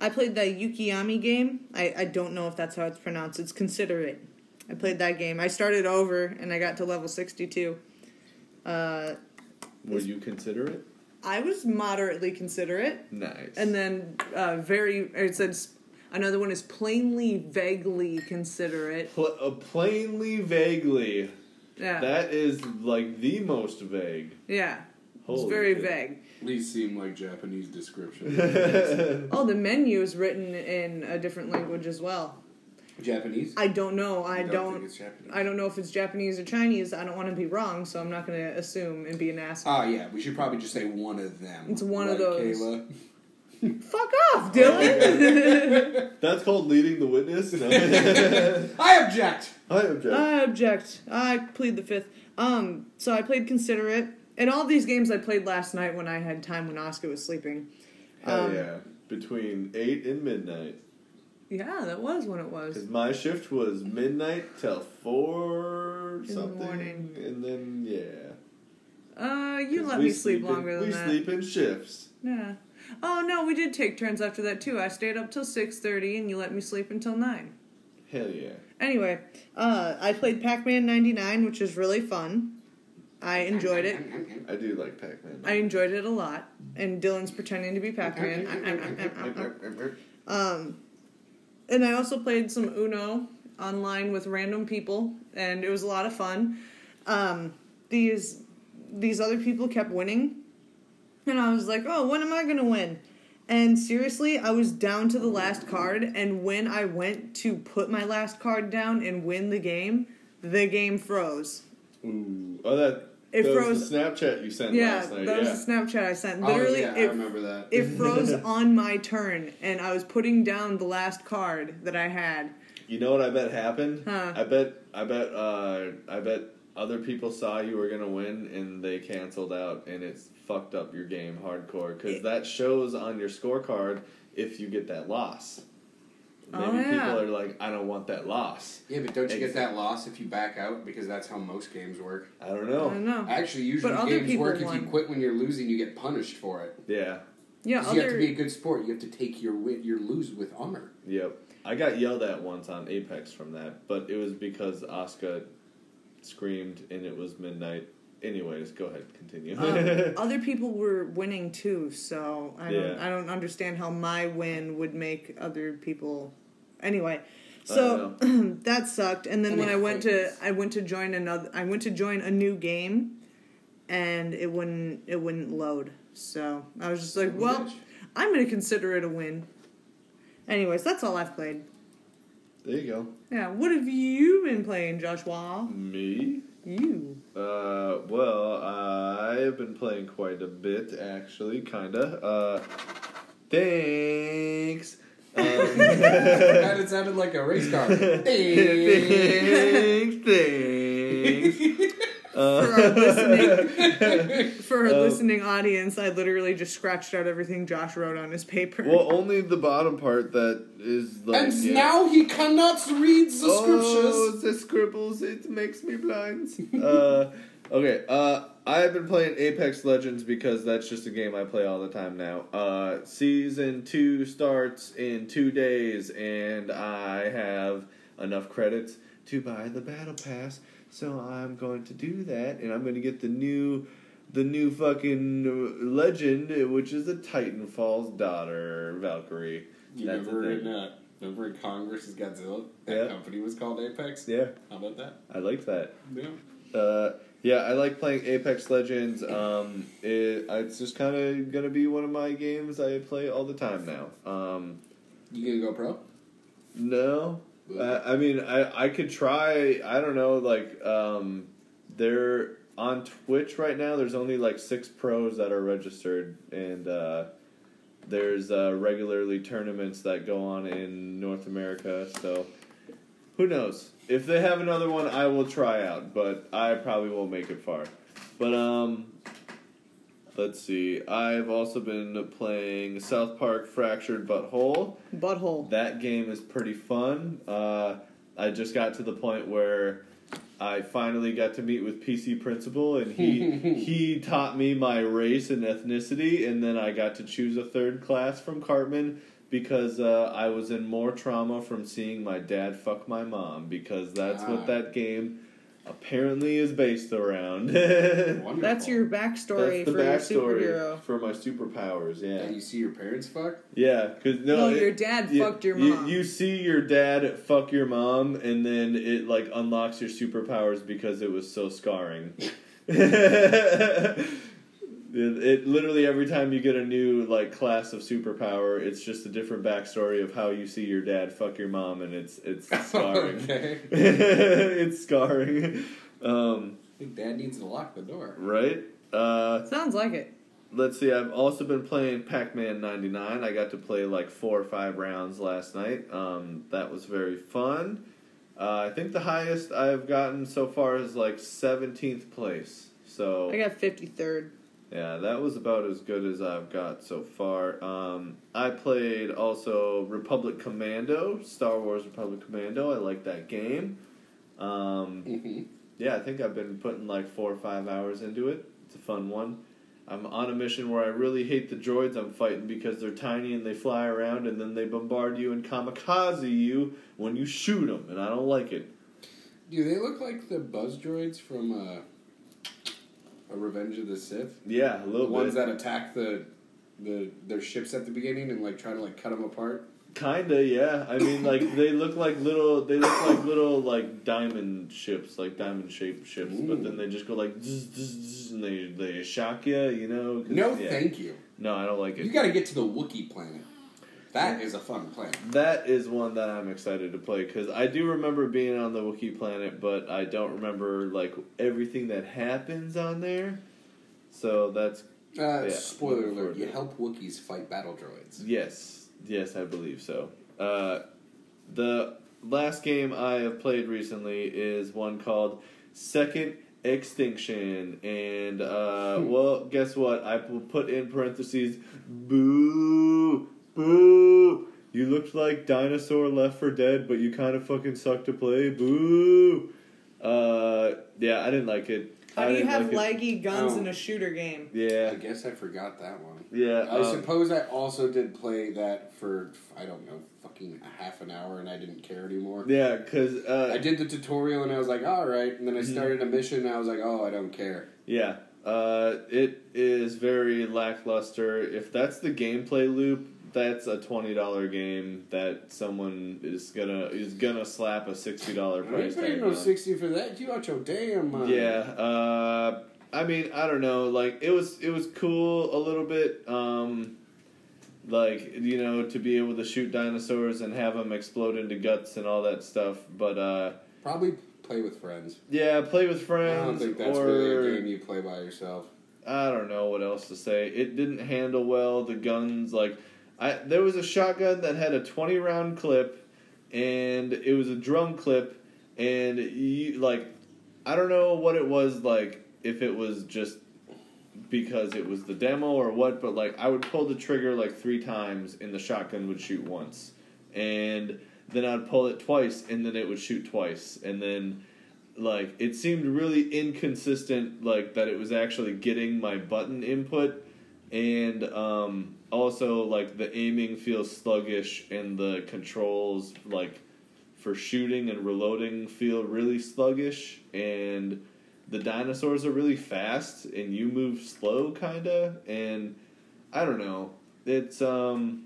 Speaker 3: I played the Yukiyami game. I, I don't know if that's how it's pronounced. It's considerate. I played that game. I started over and I got to level 62. Uh,
Speaker 1: Would you consider it?
Speaker 3: I was moderately considerate.
Speaker 1: Nice.
Speaker 3: And then uh, very, it says another one is plainly, vaguely considerate.
Speaker 1: Pl- uh, plainly, vaguely.
Speaker 3: Yeah.
Speaker 1: That is like the most vague.
Speaker 3: yeah.
Speaker 1: Holy
Speaker 3: it's very
Speaker 1: shit.
Speaker 3: vague.
Speaker 2: These seem like Japanese descriptions.
Speaker 3: Oh, the menu is written in a different language as well.
Speaker 2: Japanese.
Speaker 3: I don't know. I
Speaker 2: You
Speaker 3: don't.
Speaker 2: think it's Japanese.
Speaker 3: I don't know if it's Japanese or Chinese. I don't want to be wrong, so I'm not going to assume and be an ass.
Speaker 2: Ah, yeah. We should probably just say one of them.
Speaker 3: It's one of
Speaker 2: Right,
Speaker 3: those.
Speaker 2: Kayla?
Speaker 3: Fuck off, Dylan.
Speaker 1: That's called leading the witness. No.
Speaker 2: I object.
Speaker 1: I object.
Speaker 3: I object. I plead the fifth. Um, so I played Considerate, and all these games I played last night when I had time when Oscar was sleeping.
Speaker 1: Hell
Speaker 3: um,
Speaker 1: Oh, yeah. Between 8 and midnight.
Speaker 3: Yeah, that was when it was.
Speaker 1: Because my shift was midnight till 4
Speaker 3: the
Speaker 1: something.
Speaker 3: morning.
Speaker 1: And then, yeah.
Speaker 3: Uh, you
Speaker 1: 'Cause
Speaker 3: let
Speaker 1: we
Speaker 3: me sleep
Speaker 1: in-
Speaker 3: longer than
Speaker 1: We
Speaker 3: that.
Speaker 1: sleep in shifts.
Speaker 3: Yeah. "Oh no, we did take turns after that too. I stayed up till six thirty, and you let me sleep until nine.
Speaker 1: Hell yeah.
Speaker 3: Anyway, uh, I played Pac Man ninety nine, which is really fun. I enjoyed it.
Speaker 1: I do like Pac Man.
Speaker 3: I enjoyed it a lot. And Dylan's pretending to be Pac uh, Man. Um, and I also played some Uno online with random people, and it was a lot of fun. Um, these these other people kept winning, and I was like, "Oh, when am I gonna win?" And seriously, I was down to the last card, and when I went to put my last card down and win the game, the game froze.
Speaker 1: Ooh. Oh, that.
Speaker 3: It
Speaker 1: that
Speaker 3: froze-
Speaker 1: Was the Snapchat you sent
Speaker 3: Yeah,
Speaker 1: last night.
Speaker 3: that
Speaker 1: yeah.
Speaker 3: was a Snapchat I sent.
Speaker 2: Oh,
Speaker 3: Literally,
Speaker 2: yeah, I
Speaker 3: it
Speaker 2: remember that.
Speaker 3: it froze on my turn, and I was putting down the last card that I had.
Speaker 1: You know what I bet happened?
Speaker 3: Huh.
Speaker 1: I bet I bet uh, I bet other people saw you were gonna win and they canceled out and it's fucked up your game hardcore
Speaker 3: Eh.
Speaker 1: because that shows on your scorecard if you get that loss. Maybe
Speaker 3: Oh, yeah.
Speaker 1: people are like, I don't want that loss.
Speaker 2: yeah, but don't you get
Speaker 1: Exactly.
Speaker 2: that loss if you back out? Because that's how most games work.
Speaker 1: I don't know.
Speaker 2: Oh,
Speaker 3: I don't know.
Speaker 2: Actually, usually
Speaker 3: Oh. But other
Speaker 2: games
Speaker 3: people
Speaker 2: work if
Speaker 3: won.
Speaker 2: you quit when you're losing, you get punished for it.
Speaker 1: Yeah.
Speaker 3: Yeah,
Speaker 2: 'Cause you have to
Speaker 3: other
Speaker 2: be a good sport. You have to take your win, your lose with honor.
Speaker 1: Yep. I got yelled at once on Apex from that, but it was because Asuka screamed and it was midnight. Anyways, go ahead, continue.
Speaker 3: um, other people were winning too, so I
Speaker 1: Yeah.
Speaker 3: don't I don't understand how my win would make other people.
Speaker 1: I
Speaker 3: Anyway, so that sucked. And then
Speaker 2: And
Speaker 3: when
Speaker 2: it
Speaker 3: I went to
Speaker 2: happens.
Speaker 3: I went to join another I went to join a new game, and it wouldn't it wouldn't load. So I was just like, well,
Speaker 2: Bitch.
Speaker 3: I'm gonna consider it a win. Anyways, that's all I've played.
Speaker 1: there you go.
Speaker 3: Yeah, what have you been playing, Joshua?
Speaker 1: Me?
Speaker 3: You.
Speaker 1: Uh, well, I have been playing quite a bit, actually, kinda. Uh, thanks. Um,
Speaker 2: God, it sounded like a race car.
Speaker 1: thanks, thanks.
Speaker 3: For our listening
Speaker 1: Uh,
Speaker 3: For her
Speaker 1: Oh.
Speaker 3: listening audience, I literally just scratched out everything Josh wrote on his paper.
Speaker 1: well, only the bottom part that is like.
Speaker 2: and
Speaker 1: yeah.
Speaker 2: now he cannot read the
Speaker 1: Oh,
Speaker 2: scriptures.
Speaker 1: the scribbles, it makes me blind. uh, okay, uh, I've been playing Apex Legends because that's just a game I play all the time now. Uh, season 2 starts in two days, and I have enough credits to buy the Battle Pass, so I'm going to do that, and I'm going to get the new. The new fucking legend, which is a Titanfall's daughter, Valkyrie.
Speaker 2: You
Speaker 1: That's the
Speaker 2: remember in,
Speaker 1: thing.
Speaker 2: uh, remember in Congress' Godzilla? That
Speaker 1: Yeah.
Speaker 2: company was called Apex?
Speaker 1: Yeah,
Speaker 2: How about that?
Speaker 1: I like that.
Speaker 2: Yeah.
Speaker 1: Uh, yeah, I like playing Apex Legends. Um, it, it's just kind of gonna be one of my games I play all the time now. Um,
Speaker 2: You gonna go pro?
Speaker 1: no, I, I mean I I could try. I don't know. Like um, they're on Twitch right now. There's only like six pros that are registered, and uh, there's uh, regularly tournaments that go on in North America. So who knows? If they have another one, I will try out, but I probably won't make it far. But um, let's see. I've also been playing South Park Fractured Butthole.
Speaker 3: Butthole.
Speaker 1: That game is pretty fun. Uh, I just got to the point where I finally got to meet with PC Principal, and he he taught me my race and ethnicity, and then I got to choose a third class from Cartman because uh, I was in more trauma from seeing my dad fuck my mom because that's
Speaker 2: Ah.
Speaker 1: what that game apparently is based around. that's
Speaker 2: Wonderful.
Speaker 3: That's your backstory
Speaker 1: the
Speaker 3: for
Speaker 1: backstory
Speaker 3: your superhero.
Speaker 1: for my superpowers.
Speaker 2: And
Speaker 1: Yeah,
Speaker 2: you see your parents fuck?
Speaker 1: yeah. Cause no,
Speaker 3: No,
Speaker 1: it-
Speaker 3: your dad
Speaker 1: you-
Speaker 3: fucked your
Speaker 1: you-
Speaker 3: mom.
Speaker 1: You, see your dad fuck your mom, and then it like unlocks your superpowers because it was so scarring. it, it literally every time you get a new like class of superpower, it's just a different backstory of how you see your dad fuck your mom, and it's it's scarring.
Speaker 2: okay.
Speaker 1: it's scarring, um,
Speaker 2: I think dad needs to lock the door.
Speaker 1: right? Uh,
Speaker 3: Sounds like it.
Speaker 1: Let's see. I've also been playing Pac Man '99. I got to play like four or five rounds last night. Um, that was very fun. Uh, I think the highest I've gotten so far is like 17th place. So
Speaker 3: I got 53rd.
Speaker 1: yeah, that was about as good as I've got so far. Um, I played also Republic Commando, Star Wars Republic Commando. I like that game. Um,
Speaker 2: Mhm.
Speaker 1: Mm-hmm. yeah, I think I've been putting like four or five hours into it. It's a fun one. I'm on a mission where I really hate the droids I'm fighting because they're tiny and they fly around and then they bombard you and kamikaze you when you shoot them, and I don't like it.
Speaker 2: Do they look like the buzz droids from uh, a Revenge of the Sith?
Speaker 1: Yeah, a
Speaker 2: The
Speaker 1: little
Speaker 2: ones
Speaker 1: bit.
Speaker 2: that attack the the their ships at the beginning and like try to like cut them apart.
Speaker 1: Kinda, yeah. I mean, like they look like little, they look like little like diamond ships, like diamond shaped ships, but
Speaker 2: Ooh.
Speaker 1: then they just go like zzz, zzz, zzz, and they they shock you, you know. 'cause-
Speaker 2: No,
Speaker 1: yeah.
Speaker 2: thank you.
Speaker 1: No, I don't like it.
Speaker 2: You got to get to the Wookiee planet. That is a fun planet.
Speaker 1: That is one that I'm excited to play because I do remember being on the Wookiee planet, but I don't remember like everything that happens on there. So that's Yeah,
Speaker 2: Uh, spoiler
Speaker 1: looking forward
Speaker 2: alert:
Speaker 1: to
Speaker 2: you
Speaker 1: it.
Speaker 2: help Wookiees fight battle droids.
Speaker 1: yes, yes, I believe so. Uh, the last game I have played recently is one called Second Extinction, and uh,
Speaker 3: Hmm.
Speaker 1: well, guess what? I will put in parentheses, boo, boo. You looked like dinosaur Left for Dead, but you kind of fucking suck to play, boo. Uh, yeah, I didn't like it.
Speaker 3: How
Speaker 1: I
Speaker 3: do you
Speaker 1: didn't
Speaker 3: have
Speaker 1: like
Speaker 3: laggy guns
Speaker 2: Oh.
Speaker 3: in a shooter game?
Speaker 2: I
Speaker 1: it.
Speaker 2: guess I forgot that one.
Speaker 1: Yeah, yeah.
Speaker 2: I
Speaker 1: um,
Speaker 2: suppose I also did play that for I don't know, fucking a half an hour, and I didn't care anymore.
Speaker 1: yeah, because uh,
Speaker 2: I did the tutorial and I was like, all right, and then I
Speaker 1: Mhm.
Speaker 2: started a mission and I was like, oh, I don't care.
Speaker 1: Yeah, uh, it is very lackluster. If that's the gameplay loop, that's a twenty dollar game that someone is gonna is gonna slap a sixty dollar
Speaker 2: I ain't
Speaker 1: price
Speaker 2: paying
Speaker 1: tag
Speaker 2: no
Speaker 1: on.
Speaker 2: sixty for that. You out your damn mind.
Speaker 1: Yeah, uh, I mean, I don't know. Like it was it was cool a little bit. Um, like you know, to be able to shoot dinosaurs and have them explode into guts and all that stuff, but uh,
Speaker 2: Probably play with friends.
Speaker 1: yeah, play with friends
Speaker 2: I don't think that's
Speaker 1: or
Speaker 2: really a game you play by yourself.
Speaker 1: I don't know what else to say. It didn't handle well the guns. Like, I there was a shotgun that had a twenty round clip, and it was a drum clip, and you like, I don't know what it was like if it was just because it was the demo or what, but like I would pull the trigger like three times and the shotgun would shoot once, and then I'd pull it twice and then it would shoot twice, and then like it seemed really inconsistent like that it was actually getting my button input and um also like the aiming feels sluggish and the controls like for shooting and reloading feel really sluggish and the dinosaurs are really fast and you move slow kinda and i don't know it's um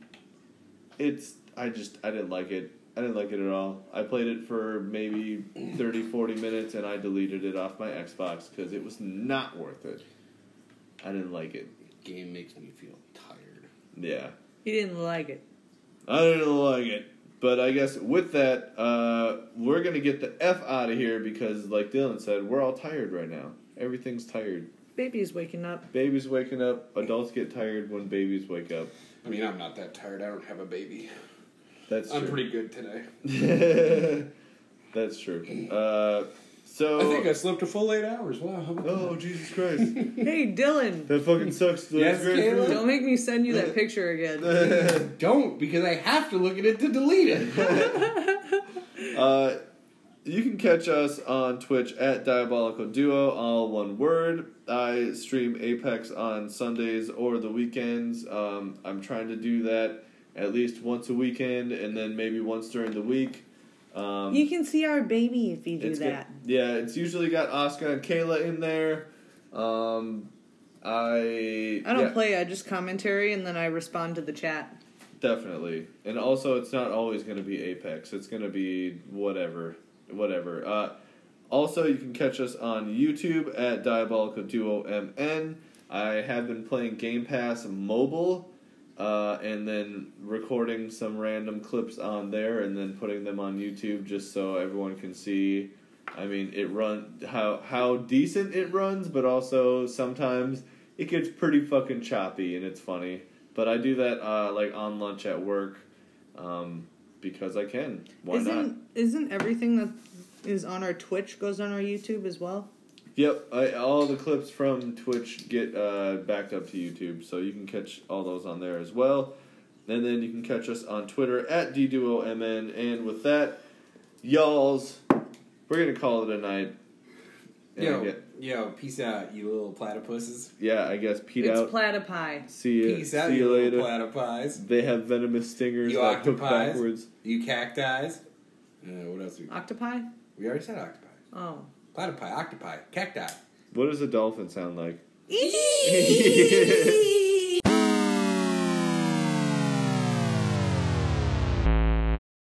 Speaker 1: it's i just i didn't like it i didn't like it at all i played it for maybe 30 40 minutes and i deleted it off my xbox because it was not worth it i didn't like it
Speaker 2: Game makes me feel tired.
Speaker 1: yeah
Speaker 3: You didn't like it.
Speaker 1: I didn't like it. But I guess with that, uh, we're gonna get the f out of here because, like Dylan said, we're all tired right now. Everything's tired.
Speaker 3: Baby's waking up.
Speaker 1: Babies waking up. Adults get tired when babies wake up.
Speaker 2: I mean, I'm not that tired. I don't have a baby.
Speaker 1: That's
Speaker 2: I'm
Speaker 1: true.
Speaker 2: pretty good today.
Speaker 1: That's true. Uh, so.
Speaker 2: I think I slept a full eight hours. Wow. How about
Speaker 1: oh Jesus Christ!
Speaker 3: Hey, Dylan.
Speaker 1: that fucking sucks. That's
Speaker 2: Yes,
Speaker 1: very
Speaker 2: Caleb?
Speaker 1: true.
Speaker 3: Don't make me send you that picture again.
Speaker 2: that? don't because I have to look at it to delete it.
Speaker 1: Uh, you can catch us on Twitch at Diabolical Duo, all one word. I stream Apex on Sundays or the weekends. Um, I'm trying to do that at least once a weekend and then maybe once during the week. Um,
Speaker 3: You can see our baby if you do
Speaker 1: it's got-
Speaker 3: that.
Speaker 1: yeah, it's usually got Oscar and Kayla in there. Um, I
Speaker 3: I don't
Speaker 1: yeah.
Speaker 3: play. I just commentary and then I respond to the chat.
Speaker 1: Definitely. And also, it's not always going to be Apex. It's going to be whatever. Whatever. Uh, also, you can catch us on YouTube at Diabolical Duo MN. I have been playing Game Pass Mobile uh, and then recording some random clips on there and then putting them on YouTube just so everyone can see. I mean, it run how how decent it runs, but also sometimes it gets pretty fucking choppy and it's funny. But I do that uh, like on lunch at work um, because I can. Why
Speaker 3: isn't
Speaker 1: not?
Speaker 3: isn't everything that is on our Twitch goes on our YouTube as well?
Speaker 1: Yep, I, all the clips from Twitch get uh, backed up to YouTube, so you can catch all those on there as well. And then you can catch us on Twitter at DDuoMN. And with that, y'alls, we're going to call it a night. And I
Speaker 2: Yo,
Speaker 1: get-
Speaker 2: yo, peace out, you little platypuses.
Speaker 1: yeah, I guess Pete
Speaker 3: It's
Speaker 1: out.
Speaker 3: platypi.
Speaker 1: see you.
Speaker 2: Peace out,
Speaker 1: see
Speaker 2: you
Speaker 1: you later.
Speaker 2: little platypies.
Speaker 1: They have venomous stingers
Speaker 2: You
Speaker 1: that hook
Speaker 2: octopies.
Speaker 1: backwards.
Speaker 2: You cacti. Uh, what else? We,
Speaker 3: Octopi?
Speaker 2: we already said octopi.
Speaker 3: Oh.
Speaker 2: Platypi, octopi, cacti.
Speaker 1: What does a dolphin sound like?